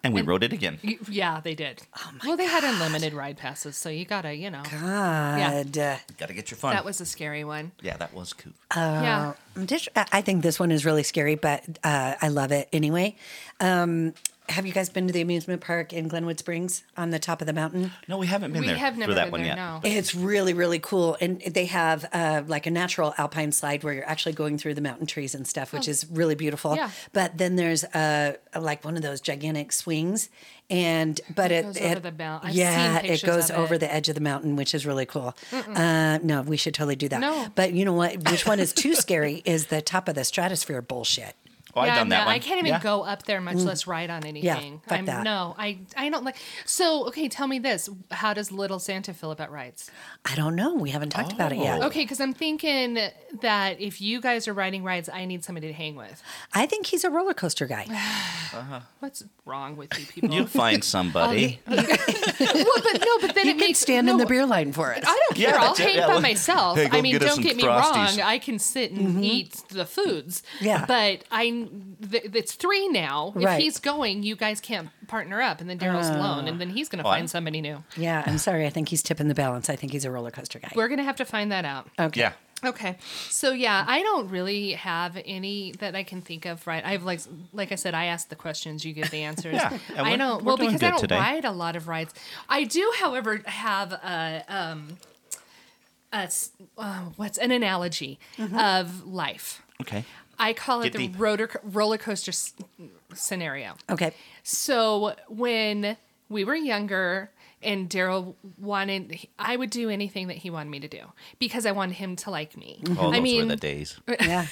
D: and we wrote it again.
C: Y- yeah, they did. Oh my well, they had unlimited ride passes, so you gotta, you know,
B: God. Uh,
D: Got to get your fun.
C: that was Uh, a scary one.
D: yeah, that was cool.
C: yeah,
B: I'm just- I I think this one is really scary, but uh, I love it anyway. Um, have you guys been to the amusement park in Glenwood Springs on the top of the mountain?
D: no, we haven't been
C: we
D: there
C: have never
D: for that
C: been
D: one
C: there.
D: yet.
C: No,
B: It's really, really cool. And they have uh, like a natural alpine slide where you're actually going through the mountain trees and stuff, which is really beautiful.
C: Oh. Yeah.
B: But then there's uh, like one of those gigantic swings. And but it,
C: goes
B: it-
C: over the mount- I've seen
B: yeah, it
C: pictures
B: goes
C: of
B: over
C: it.
B: the edge of the mountain, which is really cool. Uh, no, we should totally do that.
C: No.
B: But you know what? Which one is
C: *laughs*
B: too scary is the top of the stratosphere bullshit.
D: Oh, I've
C: yeah,
D: done that
C: no,
D: one.
C: I can't even
D: Yeah.
C: go up there, much less ride on anything.
B: fuck
C: I'm,
B: that.
C: No, I, I don't like. So, okay, tell me this: How does Little Santa feel about rides?
B: I don't know. We haven't talked about it yet.
D: Oh.
C: Okay, because I'm thinking that if you guys are riding rides, I need somebody to hang with.
B: I think he's a roller coaster guy.
C: What's wrong with you people? *laughs*
D: You'll find somebody.
C: well, but no, but then it
B: He could
C: makes
B: stand in
C: no,
B: the beer line for us.
C: I don't care.
D: Yeah,
C: I'll
D: that's it.
C: hang
D: Yeah,
C: by
D: look.
C: myself.
D: Hey, go
C: I mean,
D: get us
C: don't
D: some
C: get me
D: Frosties.
C: wrong. I can sit and eat the foods.
B: Mm-hmm. Yeah.
C: But I, th- it's three now.
B: Right. Uh.
C: If he's going, you guys can't partner up, and then Daryl's alone, and then he's going to
D: Well, I-
C: find somebody new.
B: Yeah, I'm sorry. I think he's tipping the balance. I think he's a roller coaster guy.
C: We're going to have to find that out.
B: Okay.
D: Yeah.
C: Okay. So yeah, I don't really have any that I can think of right. I've like like I said, I ask the questions, you give the answers.
D: *laughs* Yeah, and
C: I
D: we're-
C: don't
D: we're
C: well
D: doing
C: because I
D: good
C: don't
D: today.
C: ride a lot of rides. I do, however, have a um a s- uh, what's an analogy of life.
D: Okay.
C: I call it
D: Mm-hmm. Get
C: the
D: deep.
C: rotor, roller coaster s- scenario. *laughs*
B: Okay.
C: So when we were younger and Daryl wanted, I would do anything that he wanted me to do because I wanted him to like me.
D: Oh, those
C: I mean, uh,
D: were the days.
B: Yeah.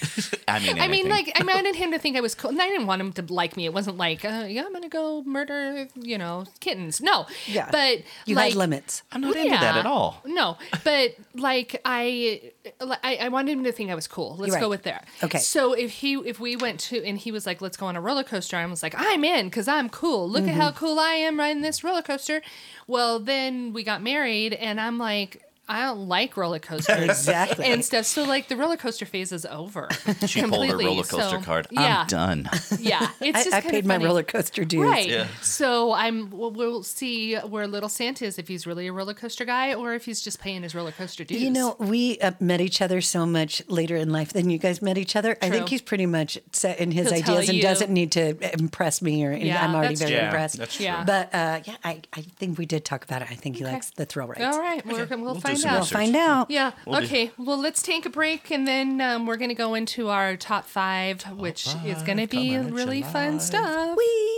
D: I mean,
C: I mean,
D: anything.
C: like,
D: *laughs*
C: I wanted him to think I was cool. And I didn't want him to like me. It wasn't like, uh, yeah, I'm going to go murder, you know, kittens. No.
B: Yeah.
C: But
B: You
C: like,
B: had
C: *laughs*
B: limits.
D: I'm not into that
C: yeah.
D: at all.
C: No, but like I, I, I wanted him to think I was cool. Let's
B: Right.
C: go with there.
B: Okay.
C: So if he, if we went to, and he was like, "Let's go on a roller coaster," I was like, "I'm in," because I'm cool. Look at
B: Mm-hmm.
C: how cool I am riding this roller coaster. Well, then we got married, and I'm like. I don't like roller coasters
B: *laughs* Exactly.
C: and stuff. So like the roller coaster phase is over.
D: *laughs* She pulled her roller coaster
C: so,
D: card.
C: Yeah,
D: I'm done.
C: *laughs* yeah. It's
B: I,
C: just
B: I
C: kinda
B: paid my
C: funny.
B: roller coaster dues.
C: Right.
D: Yeah.
C: So I'm. We'll, we'll see where little Santa is if he's really a roller coaster guy or if he's just paying his roller coaster dues.
B: You know, we uh, met each other so much later in life than you guys met each other. I
C: True.
B: think he's pretty much set in his
C: He'll tell
B: ideas and
C: you.
B: doesn't need to impress me or anything.
C: Yeah,
B: I'm already
C: that's
B: very
C: true.
D: Yeah,
B: impressed.
D: that's
C: true. Yeah.
B: But uh, yeah, I, I think we did talk about it. I think he likes the thrill rides.
C: All right. We're, we'll,
D: do
C: find
D: some
C: out.
B: We'll
D: research.
B: find out.
C: Yeah.
D: We'll do-
C: okay. Well, let's take a break and then um, we're going to go into our top five, which is going to be really fun stuff.
B: Whee!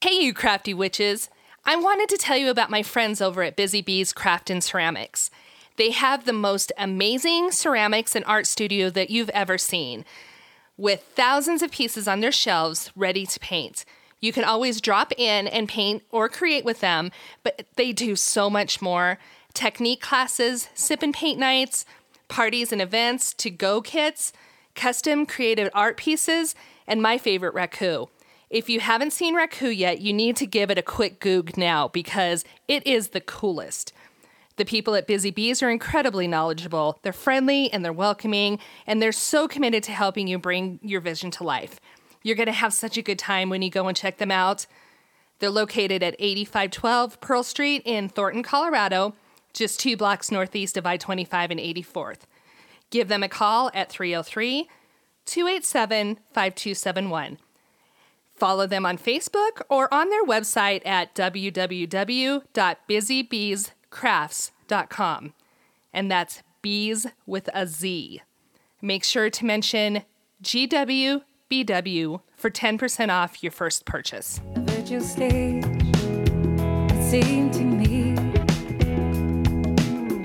C: Hey, you crafty witches! I wanted to tell you about my friends over at Busy Bees Craft and Ceramics. They have the most amazing ceramics and art studio that you've ever seen, with thousands of pieces on their shelves ready to paint. You can always drop in and paint or create with them, but they do so much more technique classes, sip and paint nights, parties and events, to go kits, custom creative art pieces, and my favorite, Raku. If you haven't seen Raku yet, you need to give it a quick goog now because it is the coolest. The people at Busy Bees are incredibly knowledgeable. They're friendly and they're welcoming, and they're so committed to helping you bring your vision to life. You're going to have such a good time when you go and check them out. They're located at 8512 Pearl Street in Thornton, Colorado, just two blocks northeast of I 25 and 84th. Give them a call at 303 287 5271. Follow them on Facebook or on their website at www.busybeescrafts.com. And that's bees with a Z. Make sure to mention GWBW for 10% off your first purchase.
F: virgin stage, it seemed to me.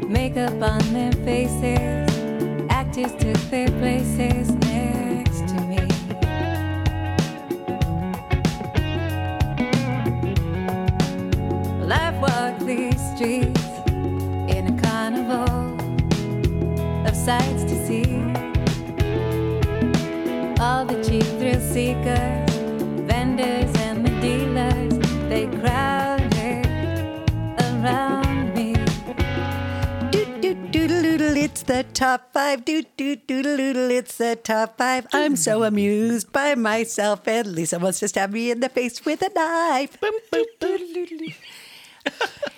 F: Makeup on their faces, actors took their places next to me. they crowded around me.
B: Doot, doot, doodle, doodle, it's the top five. Doot, doot, doodle, doodle, it's the top five. I'm so amused by myself, and Lisa wants to stab me in the face with a knife.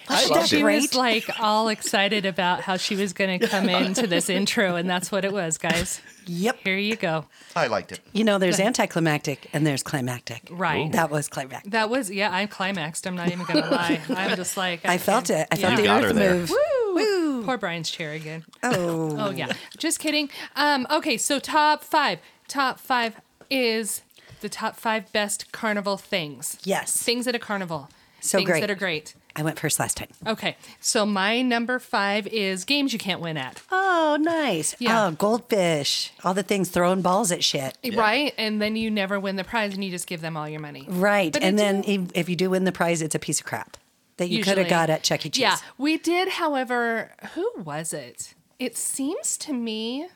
D: I
B: that
D: loved
C: She
D: it.
B: great?
C: was like all excited about how she was going to come into this intro, and that's what it was, guys.
B: Yep.
C: Here you go.
D: I liked it.
B: You know, there's anticlimactic and there's climactic.
C: Right.
B: That was climactic.
C: That was, yeah, I climaxed. I'm not even going to lie. I'm just like,
B: I felt it. I felt
D: You got
B: the
D: her
B: earth
D: there.
B: move.
C: Woo! Poor Brian's chair again.
B: Oh.
C: Oh yeah, just kidding. Um, okay, so top five. Top five is the top five best carnival things.
B: Yes.
C: Things at a carnival.
B: So
C: things
B: great.
C: that are great.
B: I went first last time.
C: Okay, so my number five is games you can't win at.
B: Oh, nice.
C: Yeah.
B: Oh, goldfish. All the things throwing balls at shit.
C: Right, and then you never win the prize, and you just give them all your money.
B: Right.
C: But
B: and
C: I
B: then
C: do-
B: if, if you do win the prize, it's a piece of crap that you could have
C: usually.
B: got at Chuck E. Cheese.
C: Yeah, we did. However, who was it? It seems to me,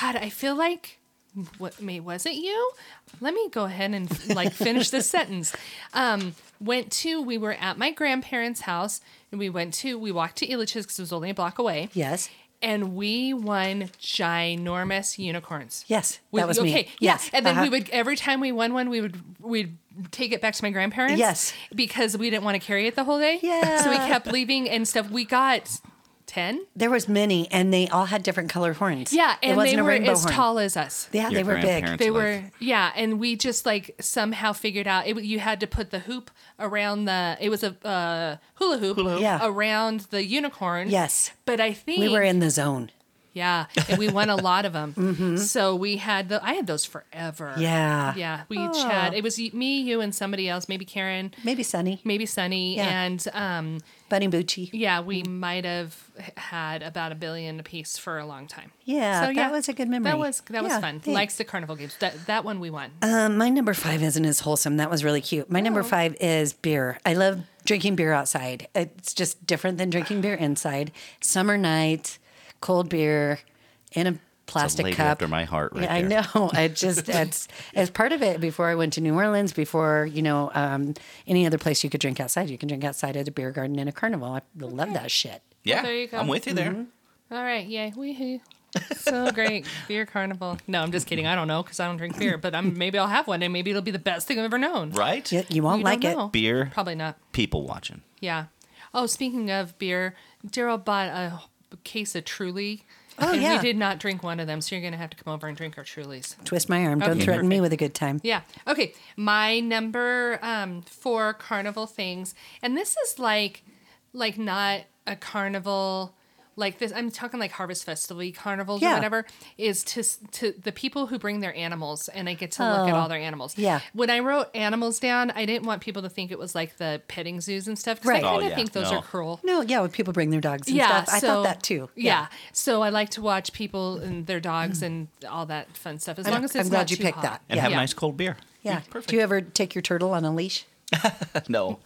C: God, I feel like what may was it you? Let me go ahead and like finish this *laughs* sentence. Um, went to we were at my grandparents' house and we went to we walked to Elitch's because it was only a block away.
B: Yes.
C: And we won ginormous unicorns.
B: Yes,
C: We-
B: that was me.
C: okay, Yeah.
B: Yes,
C: And then
B: uh-huh.
C: we would every time we won one, we would we'd take it back to my grandparents.
B: Yes.
C: Because we didn't want to carry it the whole day.
B: Yeah.
C: So we kept leaving and stuff. We got ten.
B: There was many, and they all had different color horns.
C: Yeah,
B: it
C: and
B: wasn't
C: they
B: a
C: were
B: rainbow
C: as
B: horn.
C: tall as us.
B: Yeah,
D: Your
B: they were big.
D: grandparents.
C: They
D: It's like-
C: were, yeah, and we just like somehow figured out it. You had to put the hoop around the. It was a uh, hula hoop,
B: hoop. Yeah.
C: around the unicorn.
B: Yes.
C: but I think
B: We were in the zone.
C: Yeah, and
B: *laughs*
C: we won a lot of them. So we had the I had those forever.
B: Mm-hmm. Yeah.
C: yeah. We each had it was me, you, and somebody else, maybe Karen,
B: Maybe Sunny,
C: maybe Sunny,
B: Yeah. Mm-hmm.
C: and um,
B: Bunny Bucci.
C: yeah, we might have had about a billion apiece for a long time.
B: Yeah, that was a good memory.
C: That was that was
B: Yeah,
C: fun.
B: thanks.
C: Likes the carnival games. That that one we won.
B: Um, my number five isn't as wholesome. That was really cute. My
C: Oh.
B: number five is beer. I love drinking beer outside. It's just different than drinking beer inside. Summer night, cold beer in a plastic
D: lady
B: cup.
D: after my heart right
B: yeah, I
D: there.
B: know. *laughs* I just it's as part of it. Before I went to New Orleans, before you know um, any other place you could drink outside, you can drink outside at a beer garden in a carnival. I love that shit.
D: Yeah,
C: there you go. Mm-hmm.
D: I'm with you there.
C: All right, yay,
B: *laughs*
C: weehoo. So great. Beer carnival. No, I'm just kidding. I don't know because I don't drink beer, but I'm, maybe I'll have one and maybe it'll be the best thing I've ever known.
D: Right?
B: You, you won't
C: You don't
B: like it.
C: know.
D: Beer.
C: Probably not.
D: People watching.
C: Yeah. Oh, speaking of beer, Daryl bought a case of Truly.
B: Oh,
C: and
B: yeah.
C: We did not drink one of them, so you're going to have to come over and drink our Trulies.
B: Twist my arm. Don't
C: Okay,
B: threaten me with a good time.
C: Yeah. Okay. My number um, four carnival things, and this is like, like not a carnival, like this. I'm talking like harvest festival carnivals
B: Yeah.
C: or whatever. Is to s- to the people who bring their animals, and I get to look at all their animals.
B: Oh. yeah.
C: When I wrote animals down, I didn't want people to think it was like the petting zoos and stuff. 'cause
B: Right.
C: I
B: Oh,
C: kind of
D: yeah.
C: think those
D: No.
C: are cruel
B: No, yeah, when people bring their dogs and stuff. I thought that too.
C: yeah. So I like to watch people and their dogs and all that fun stuff. As
B: I'm-
C: long as it's
B: I'm glad
C: not
B: you
C: too
B: picked
C: hot.
B: that.
D: And
B: Yeah.
D: have
C: Yeah.
D: a nice cold beer.
B: Yeah.
D: Perfect.
B: Do you ever take your turtle on a leash?
D: no,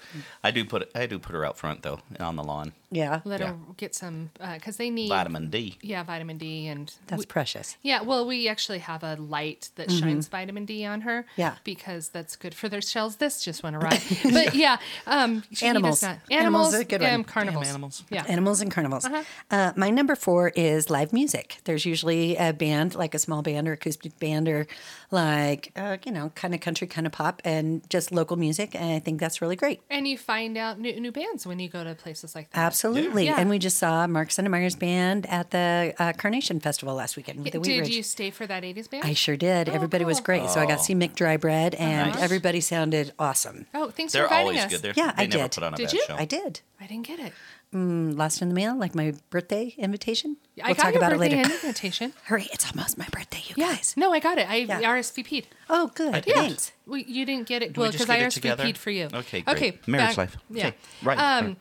D: I do put I do put her out front though and on the lawn.
B: Yeah.
C: Let
D: Yeah.
C: her get some because they need
D: Vitamin D.
C: Yeah, vitamin D and
B: That's
C: we-
B: precious.
C: yeah. Well, we actually have a light that shines vitamin D on her.
B: Yeah.
C: because that's good for their shells. This just went
B: *laughs*
C: awry. but yeah, um, she- he does
B: Animals.
C: not-
B: Animals
C: animals,
B: is a good
C: and
B: one.
C: carnivals,
D: Damn animals.
C: Yeah,
B: Animals and carnivals.
C: Uh-huh.
B: Uh, my number four is live music. There's usually a band, like a small band or acoustic band, or like, uh, you know, kind of country, kind of pop, and just local music. And I think that's really great.
C: and you find out new new bands when you go to places like that.
B: Absolutely.
C: Yeah.
B: And we just saw Mark Sennemacher's band at the uh, Carnation Festival last weekend. with The Wheat
C: Did
B: Ridge.
C: you stay for that '80s band?
B: I sure did. everybody was
C: cool.
B: great. So I got to see Mick Drybread, and
D: Nice.
B: everybody sounded awesome.
C: oh, thanks
D: They're
C: for inviting
D: always
C: us.
D: good. They're,
B: Yeah,
D: they
B: I
D: never
B: did.
D: put on a
C: Did
D: bad
C: you?
D: show.
B: I did.
C: I didn't get it.
B: Lost in the mail, like my birthday invitation.
C: I got your birthday
B: later.
C: and
D: *laughs*
C: invitation.
B: Hurry, it's almost my birthday, you
C: Yeah.
B: guys.
C: No, I got it. I
B: Yeah.
C: RSVP'd.
B: Oh, good.
D: I did.
B: Thanks.
C: Well, you didn't get it.
D: Do we
C: well,
D: just
C: because I
D: get it together?
C: RSVP'd for you.
D: Okay, great.
C: Okay.
D: Marriage
C: back-
D: life.
C: Yeah.
D: Okay, right,
C: Um,
D: right.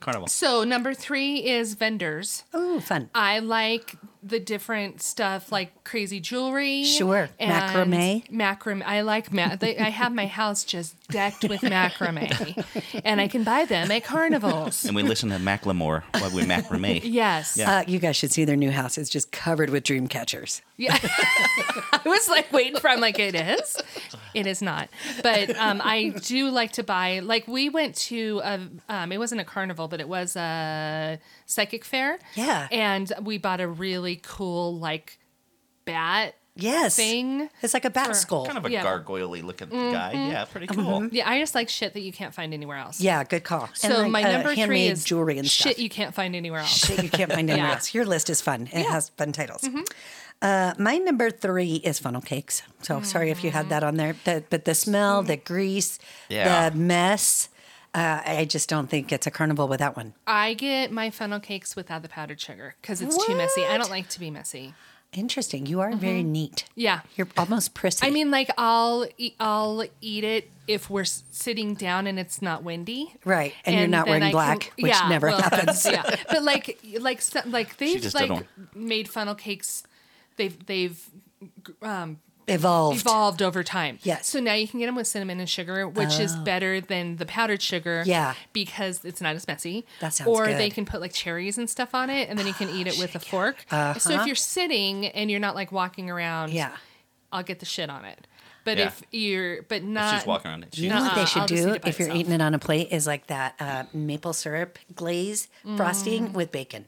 D: Carnival.
C: So number three is vendors.
B: Oh, fun.
C: I like the different stuff like crazy jewelry.
B: Sure.
C: and
B: Macrame.
C: Macrame. I like ma- they, I have my house just decked with
D: *laughs*
C: macrame, and I can buy them at carnivals.
D: And we listen to Macklemore while we macrame.
C: Yes. *laughs* Yeah.
B: Uh, you guys should see their new house. It's just covered with dream catchers.
C: *laughs* I was like waiting for. I'm like, it is. It is not. But um, I do like to buy. Like we went to a. Um, it wasn't a carnival, but it was a psychic fair.
B: Yeah.
C: And we bought a really cool like bat
B: Yes.
C: thing.
B: It's like a bat skull.
D: Kind of a
C: Yeah. Mm-hmm.
D: gargoyle-y looking guy. Yeah, pretty cool.
C: Yeah, I just like shit that you can't find anywhere else.
B: yeah, good call. And
C: So
B: like,
C: my
B: uh,
C: number three
B: handmade
C: is
B: jewelry and
C: shit
B: stuff.
C: you can't find anywhere else.
B: shit you can't
C: *laughs*
B: find anywhere
C: Yeah. Mm-hmm.
B: else. Your list is fun. It has fun titles. Uh, my number three is funnel cakes. So sorry if you had that on there, the, but the smell, the grease,
D: Yeah.
B: the mess. Uh, I just don't think it's a carnival without one.
C: I get my funnel cakes without the powdered sugar because it's too messy. I don't like to be messy.
B: Interesting. You are very neat.
C: Mm-hmm. Yeah.
B: You're almost prissy.
C: I mean, like I'll eat, I'll eat it if we're s- sitting down and it's not windy,
B: Right, and you're not
C: then
B: wearing black, which never happens.
C: *laughs* Yeah, but like, like, some- like they've
D: just
C: like
D: didn't-
C: made funnel cakes. They've they've
B: evolved.
C: evolved over time.
B: Yes. Oh.
C: So now you can get them with cinnamon and sugar, which is better than the powdered sugar.
B: Yeah.
C: Because it's not as messy.
B: That sounds
C: Or they
B: good. Oh,
C: can put like cherries and stuff on it, and then you can eat it with a fork. So if you're sitting and you're not like walking around,
B: Uh-huh. Yeah.
C: I'll get the shit on it. But
D: Yeah.
C: if you're, but not
D: walking around it, she-
B: You know what
C: Nuh-uh,
B: they should
C: I'll just
B: do
C: eat it by
B: if you're
C: itself.
B: eating it on a plate is like that uh, maple syrup glaze
C: Mm.
B: frosting with bacon.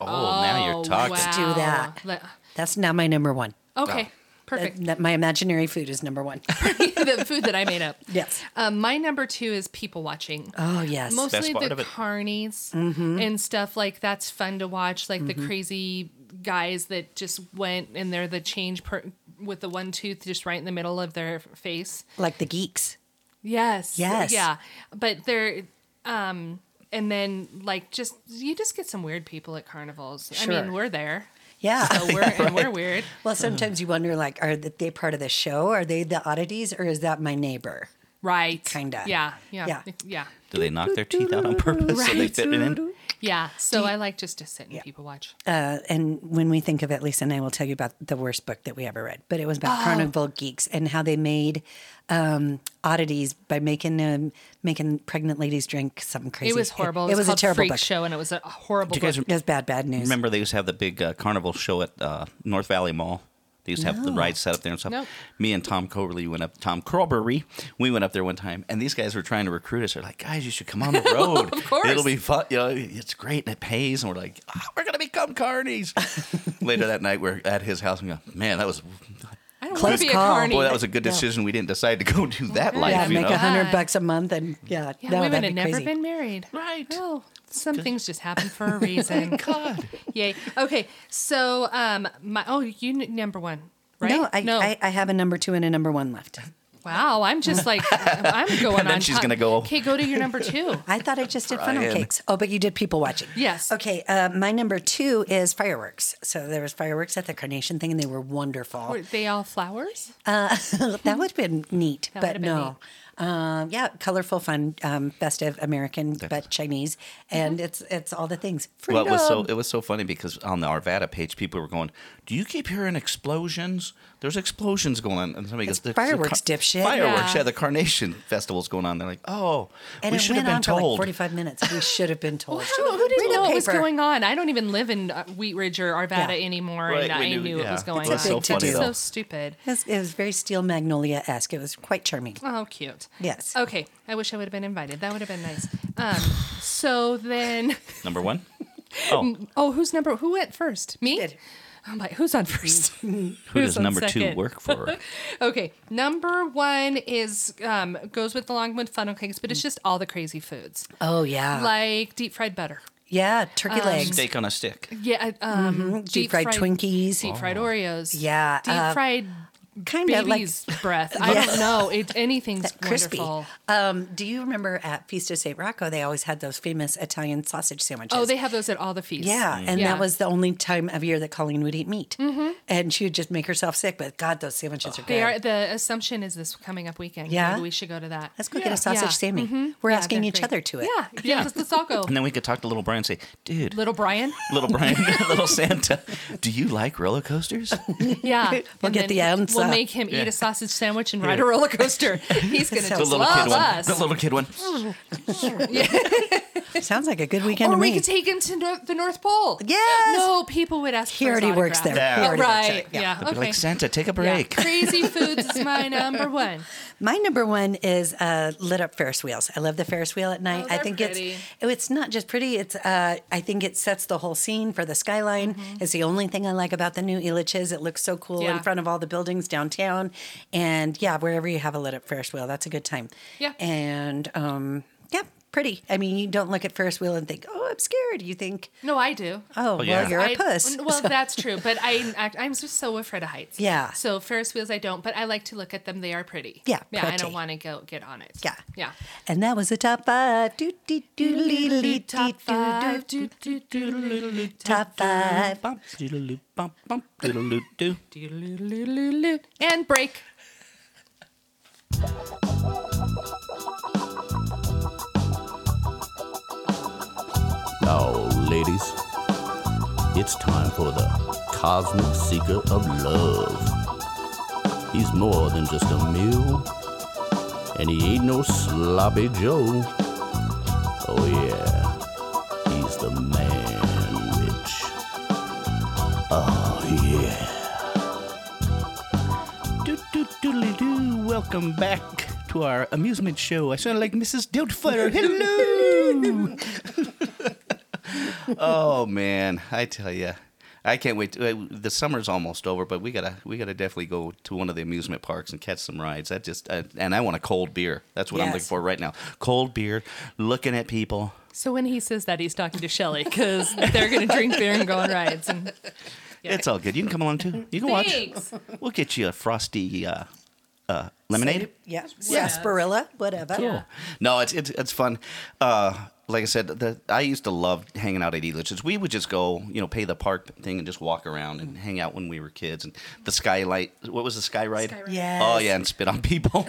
D: Oh, now you're talking.
B: do
C: wow.
B: that.
C: Let-
B: That's now my number one.
C: okay,
D: Oh.
B: That,
C: perfect.
B: that- my imaginary food is number
C: *laughs*
B: one.
C: the food that I made
B: *laughs*
C: up.
B: Yes.
C: Um, my number two is people watching.
B: Oh yes. Mm-hmm.
C: mostly
D: part
C: the
D: of it.
C: carnies and stuff like that's fun to watch like the crazy guys that just went and they're the change per- with the one tooth just right in the middle of their face
B: like the geeks.
C: yes
B: Yes.
C: yeah but they're um and then like just you just get some weird people at carnivals i
B: Sure.
C: mean we're
B: *laughs*
C: there
B: Yeah.
C: so uh-huh. we're and we're weird
B: well, sometimes you wonder like, are they part of the show? Are they the oddities, or is that my neighbor?
C: right
B: Kinda.
C: yeah yeah
B: Yeah.
C: yeah yeah,
D: Do they knock their teeth out on purpose so they fit it in?
C: so i like just to sit and people watch
B: Uh, and when we think of it, Lisa and I will tell you about the worst book that we ever read, but it was
C: Oh.
B: about carnival geeks and how they made um, oddities by making um, making pregnant ladies drink something crazy.
C: it was horrible
B: It, was a
C: called
B: terrible
C: freak
B: book.
C: show and it was a horrible
D: Do you guys
C: book.
B: It was bad, bad news.
D: Remember, they used to have the big uh, carnival show at uh, North Valley Mall. They used to have the rides set up there and stuff.
C: Nope.
D: Me and Tom Coberly went up. Tom Corberry, we went up there one time, and these guys were trying to recruit us. They're like, "Guys, you should come on the road.
C: Of course.
D: It'll be fun. You know, it's great and it pays." And we're like, "Ah, "We're gonna become carnies." Later that night, we're at his house and we go, "Man, that was
C: I don't
B: Close
C: want to be
B: call.
C: a carny.
D: boy, that was a good decision. We didn't decide to go do that life.
B: yeah,
D: you
B: make
D: know?
B: a hundred
C: God.
B: bucks a month, and yeah,
C: yeah,
B: no,
C: women
B: that'd
C: had
B: be
C: never
B: crazy.
C: been married.
D: Right.
C: Well, some things just happen for
D: *laughs*
C: a reason. God. *laughs* Yay. Okay. So, um, my oh, you n- number one, right?
B: No, I, I, I have a number two and a number one left.
C: wow, I'm just like I'm going
D: then
C: on.
D: she's
C: top.
D: gonna go-
C: Okay, go to your number two.
B: I thought I just did funnel
D: Brian.
B: cakes. Oh, but you did people watching.
C: Yes.
B: Okay. Uh, my number two is fireworks. So there was fireworks at the carnation thing, and they were wonderful.
C: Were they all flowers?
B: that would have been neat,
C: That
B: but
C: would've been
B: no. Um, yeah, colorful, fun, um, festive, American, but Chinese,
C: Mm-hmm.
B: and it's it's all the things.
D: Well,
B: Freedom.
D: it was so it was so funny because on the Arvada page, people were going, "Do you keep hearing explosions? There's explosions going on." And somebody
B: It's
D: goes, "There's
B: fireworks,
D: the car-
B: dipshit."
D: Fireworks,
C: Yeah.
D: yeah. the Carnation *laughs* Festival's going on." They're like, "Oh,
B: and
D: we
B: it
D: should
B: went
D: have been
B: on for like
D: told."
B: 45 minutes. We should have been
C: *laughs*
B: told.
C: Who, who didn't
B: Read a
C: know what was
B: paper.
C: going on? I don't even live in uh, Wheat Ridge or Arvada
B: Yeah.
C: anymore,
D: Right,
C: and I
D: we
C: knew,
D: knew-
C: it
D: yeah.
C: was going
B: That's
C: on.
B: so funny,
D: though.
C: so stupid.
B: It was, it was very steel magnolia esque. It was quite charming.
C: Oh, cute.
B: Yes.
C: Okay. I wish I would have been invited. That would have been nice. Um, so then,
B: *laughs*
D: Number one. Oh,
C: oh, who's number? Who went first? Me.
B: Did. Mm.
C: Oh my, who's on
B: *laughs*
C: first?
D: who does
C: on
D: number two
C: second?
D: work for?
C: okay, number one is um, goes with the longwood funnel cakes,
B: Mm.
C: but it's just all the crazy foods
B: Oh yeah,
C: like um, deep fried butter.
B: yeah, turkey legs,
D: Steak on a stick.
C: Yeah, um,
B: deep Mm-hmm. fried Twinkies.
C: deep fried Oreos.
B: Yeah,
C: deep
B: uh,
C: fried
B: kind of like *laughs*
C: baby's breath. I don't know. It, anything's
B: crispy.
C: wonderful.
B: Um, do you remember at Feast of St. Rocco, they always had those famous Italian sausage sandwiches?
C: Oh, they have those at all the feasts.
B: Yeah, and
C: Yeah. Mm-hmm.
B: that was the only time of year that Colleen would eat meat, and she would just make herself sick. But God, those sandwiches are good.
C: They are. The assumption is this coming up weekend.
B: Yeah?
C: Maybe we should go to that.
B: Let's go get a sausage
C: Yeah. Mm-hmm.
B: sammy. We're
C: Yeah,
B: asking
C: they're
B: each
C: great.
B: other to it.
C: Yeah. Yeah. Let's, let's
B: *laughs*
C: all go.
D: And then we could talk to little Brian and say, dude,
C: Little Brian.
D: little Brian, *laughs* little Santa, do you like
B: *laughs*
D: roller coasters?
C: Yeah. we'll
B: get the uh, ants
C: We'll
B: up.
C: make him eat
D: Yeah.
C: a sausage sandwich and ride a roller coaster.
B: *laughs*
C: He's going to
D: The
C: just
D: little kid
C: love
D: one.
C: us.
D: The little kid one.
B: Sounds like a good weekend
C: *laughs* or
B: to
C: we
B: me.
C: could take him to no- the North Pole.
B: Yes.
C: No, people would ask.
B: He
C: for his
B: already works
C: autograph.
B: there.
D: He
C: Yeah,
D: already
B: works
C: right.
B: there. Yeah.
C: Yeah.
D: They'd be
C: Okay.
D: like, Santa, take a
C: Yeah.
B: *laughs*
C: *laughs*
D: break.
C: Crazy foods is my number one.
B: My number one is uh, lit up Ferris wheels. I love the Ferris wheel at night.
C: Oh,
B: I
C: they're
B: think
C: pretty.
B: it's oh, it's not just pretty. It's uh, I think it sets the whole scene for the skyline. It's the only thing I like about the new Elitches. It looks so cool
C: Yeah.
B: in front of all the buildings downtown, and yeah, wherever you have a lit up Ferris wheel, that's a good time.
C: Yeah.
B: and um, yeah, pretty. I mean, you don't look at Ferris wheel and think, oh, I'm scared. You think,
C: No, I do.
B: oh, well,
D: yeah.
B: *laughs* you're a
C: I-
B: puss.
C: Well, that's true, but I act- I'm just so afraid of heights.
B: Yeah.
C: So Ferris wheels, I don't, but I like to look at them. They are pretty.
B: Yeah,
C: Yeah. I
B: pretty.
C: don't want to go get on it.
B: Yeah.
C: Yeah.
B: And that was the top five. Doo, doo, doo, lee, lee, doo,
C: Top
B: doo,
C: five.
B: doo,
C: Do, do, do, do, do,
B: Top five.
D: Bump, diddle-loo, bump, bump, diddle-loo, doo.
C: do, do, do, do, do. And break.
G: Now, ladies, it's time for the Cosmic Seeker of Love. He's more than just a mule, and he ain't no sloppy Joe. Oh, yeah, he's the man rich.
D: Ah,
G: Oh, yeah.
D: Doo, doo, doodly, doo. Welcome back to our amusement show. I sound like Mrs. Diltfutter. Hello. *laughs* oh man, I tell you, I can't wait. to- uh, The summer's almost over, but we gotta we gotta definitely go to one of the amusement parks and catch some rides. That just uh, and I want a cold beer. That's what I'm
B: Yes.
D: looking for right now. Cold beer, looking at people.
C: So when he says that, he's talking to Shelly because they're going to drink beer and go on rides. And
D: It's all good. You can come along too. You can
C: Thanks. *laughs*
D: watch. We'll get you a frosty uh, uh, lemonade.
B: Yeah. Sarsaparilla, whatever.
D: Cool. No, it's it's it's fun. Uh, like I said, the, I used to love hanging out at Elitch's. We would just go, you know, pay the park thing and just walk around and hang out when we were kids. And the skylight, what was the sky ride?
C: Sky ride.
B: Yes.
D: Oh yeah, and spit
C: *laughs*
D: on people.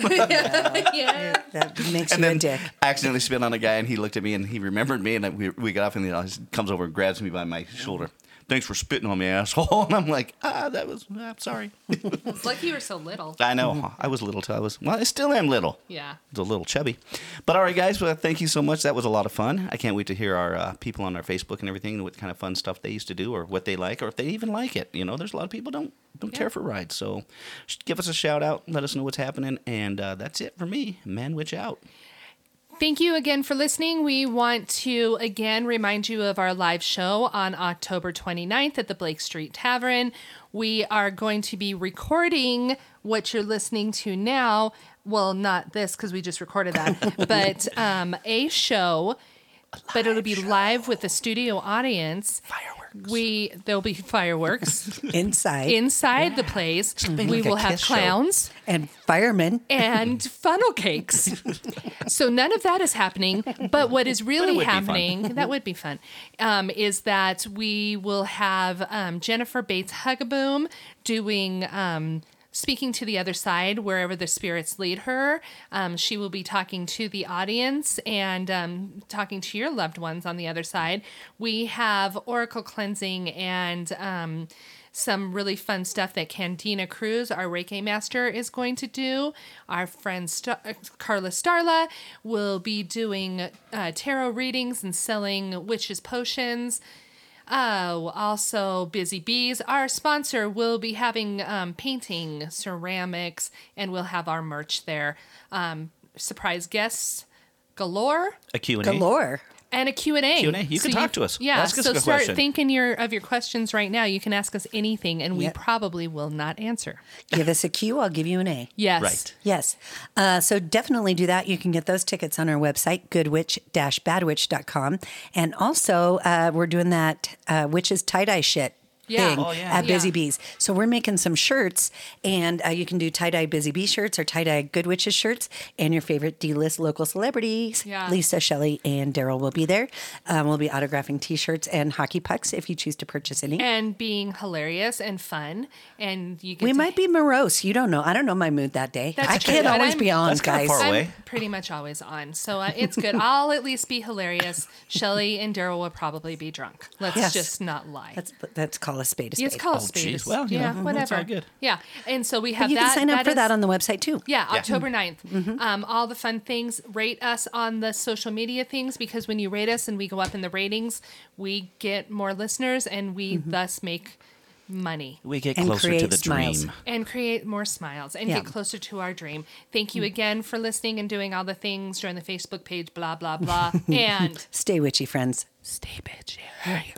C: yeah.
B: That makes
D: and
B: you
D: then
B: a dick.
D: I accidentally spit on a guy, and he looked at me, and he remembered me, and I, we, we got off, and he always comes over and grabs me by my shoulder. Thanks for spitting on me, asshole. *laughs* And I'm like, ah, that was, I'm sorry.
C: It's like you were so little.
D: I know. I was little till I was, well, I still am little.
C: Yeah.
D: It's a little chubby. But all right, guys, well, thank you so much. That was a lot of fun. I can't wait to hear our uh, people on our Facebook and everything, and what kind of fun stuff they used to do, or what they like, or if they even like it. You know, there's a lot of people don't don't care for rides. So just give us a shout out. Let us know what's happening. And uh, that's it for me. Man, witch out.
C: Thank you again for listening. We want to again remind you of our live show on October 29th at the Blake Street Tavern. We are going to be recording what you're listening to now. Well, not this because we just recorded
D: *laughs*
C: that, but um, a show. But it'll be live with the studio audience. Fireworks. We there'll be
D: *laughs*
C: fireworks
B: Inside.
C: inside the place. We
D: like a
C: will have
D: Kiss show.
C: clowns
B: and firemen.
D: *laughs*
C: and funnel cakes. so none of that is happening. But what is really
D: would be fun.
C: happening, that would be fun, um, is that we will have um, Jennifer Bates Hugaboom doing. Um, Speaking to the other side, wherever the spirits lead her, um, she will be talking to the audience and um, talking to your loved ones on the other side. We have oracle cleansing and um, some really fun stuff that Candina Cruz, our Reiki master, is going to do. Our friend Sta- uh, Carla Starla will be doing uh, tarot readings and selling witches' potions. Oh, also Busy Bees, our sponsor, will be having um, painting, ceramics, and we'll have our merch there. Um, surprise guests galore
D: A Q&A.
B: Galore.
C: and a Q and A.
D: Q&A. You can talk to us.
C: Yeah.
D: Ask us
C: so
D: a
C: start
D: question.
C: thinking your of your questions right now. You can ask us anything, and we
B: Yep.
C: probably will not answer.
B: Give us a Q, I'll give you an A.
C: Yes.
D: Right.
B: Yes. Uh, so definitely do that. You can get those tickets on our website, goodwitch-badwitch.com. And also, uh, we're doing that uh, witches tie-dye shit
C: Yeah.
B: thing
C: Oh,
D: yeah.
B: at Busy
C: Yeah.
B: Bees. So we're making some shirts, and uh, you can do tie dye Busy Bee shirts or tie dye Good Witches shirts, and your favorite D list local celebrities.
C: Yeah.
B: Lisa, Shelley, and Daryl will be there. Um, we'll be autographing t shirts and hockey pucks if you choose to purchase any.
C: and being hilarious and fun. And you get
B: we
C: to-
B: might be morose. You don't know. I don't know my mood that day.
C: That's
B: I
C: true,
B: can't
C: but
B: always
C: I'm-
B: be on,
D: That's kinda
B: guys.
D: far away.
C: I'm pretty much always on, so uh, it's good. I'll at least
B: *laughs*
C: be hilarious. Shelly and Daryl will probably be drunk. Let's
B: Yes.
C: just not lie.
B: That's that's call a spade a spade.
C: Yes, call it
D: Oh,
C: spade.
D: geez.
C: It's-
D: Well, you
C: yeah,
D: know,
C: whatever.
D: that's all good.
C: Yeah, and so we have
B: But you can
C: that.
B: sign up for
C: is-
B: that on the website too.
C: Yeah, October 9th. Um, all the fun things. Rate us on the social media things because when you rate us and we go up in the ratings, we get more listeners and we thus make money
D: We get
B: And
D: closer to
B: create
D: the
B: smiles.
D: dream.
C: and create more smiles and
B: Yeah.
C: get closer to our dream. Thank you again for listening and doing all the things. Join the Facebook page, blah, blah, blah. and
B: Stay witchy, friends.
C: stay bitchy.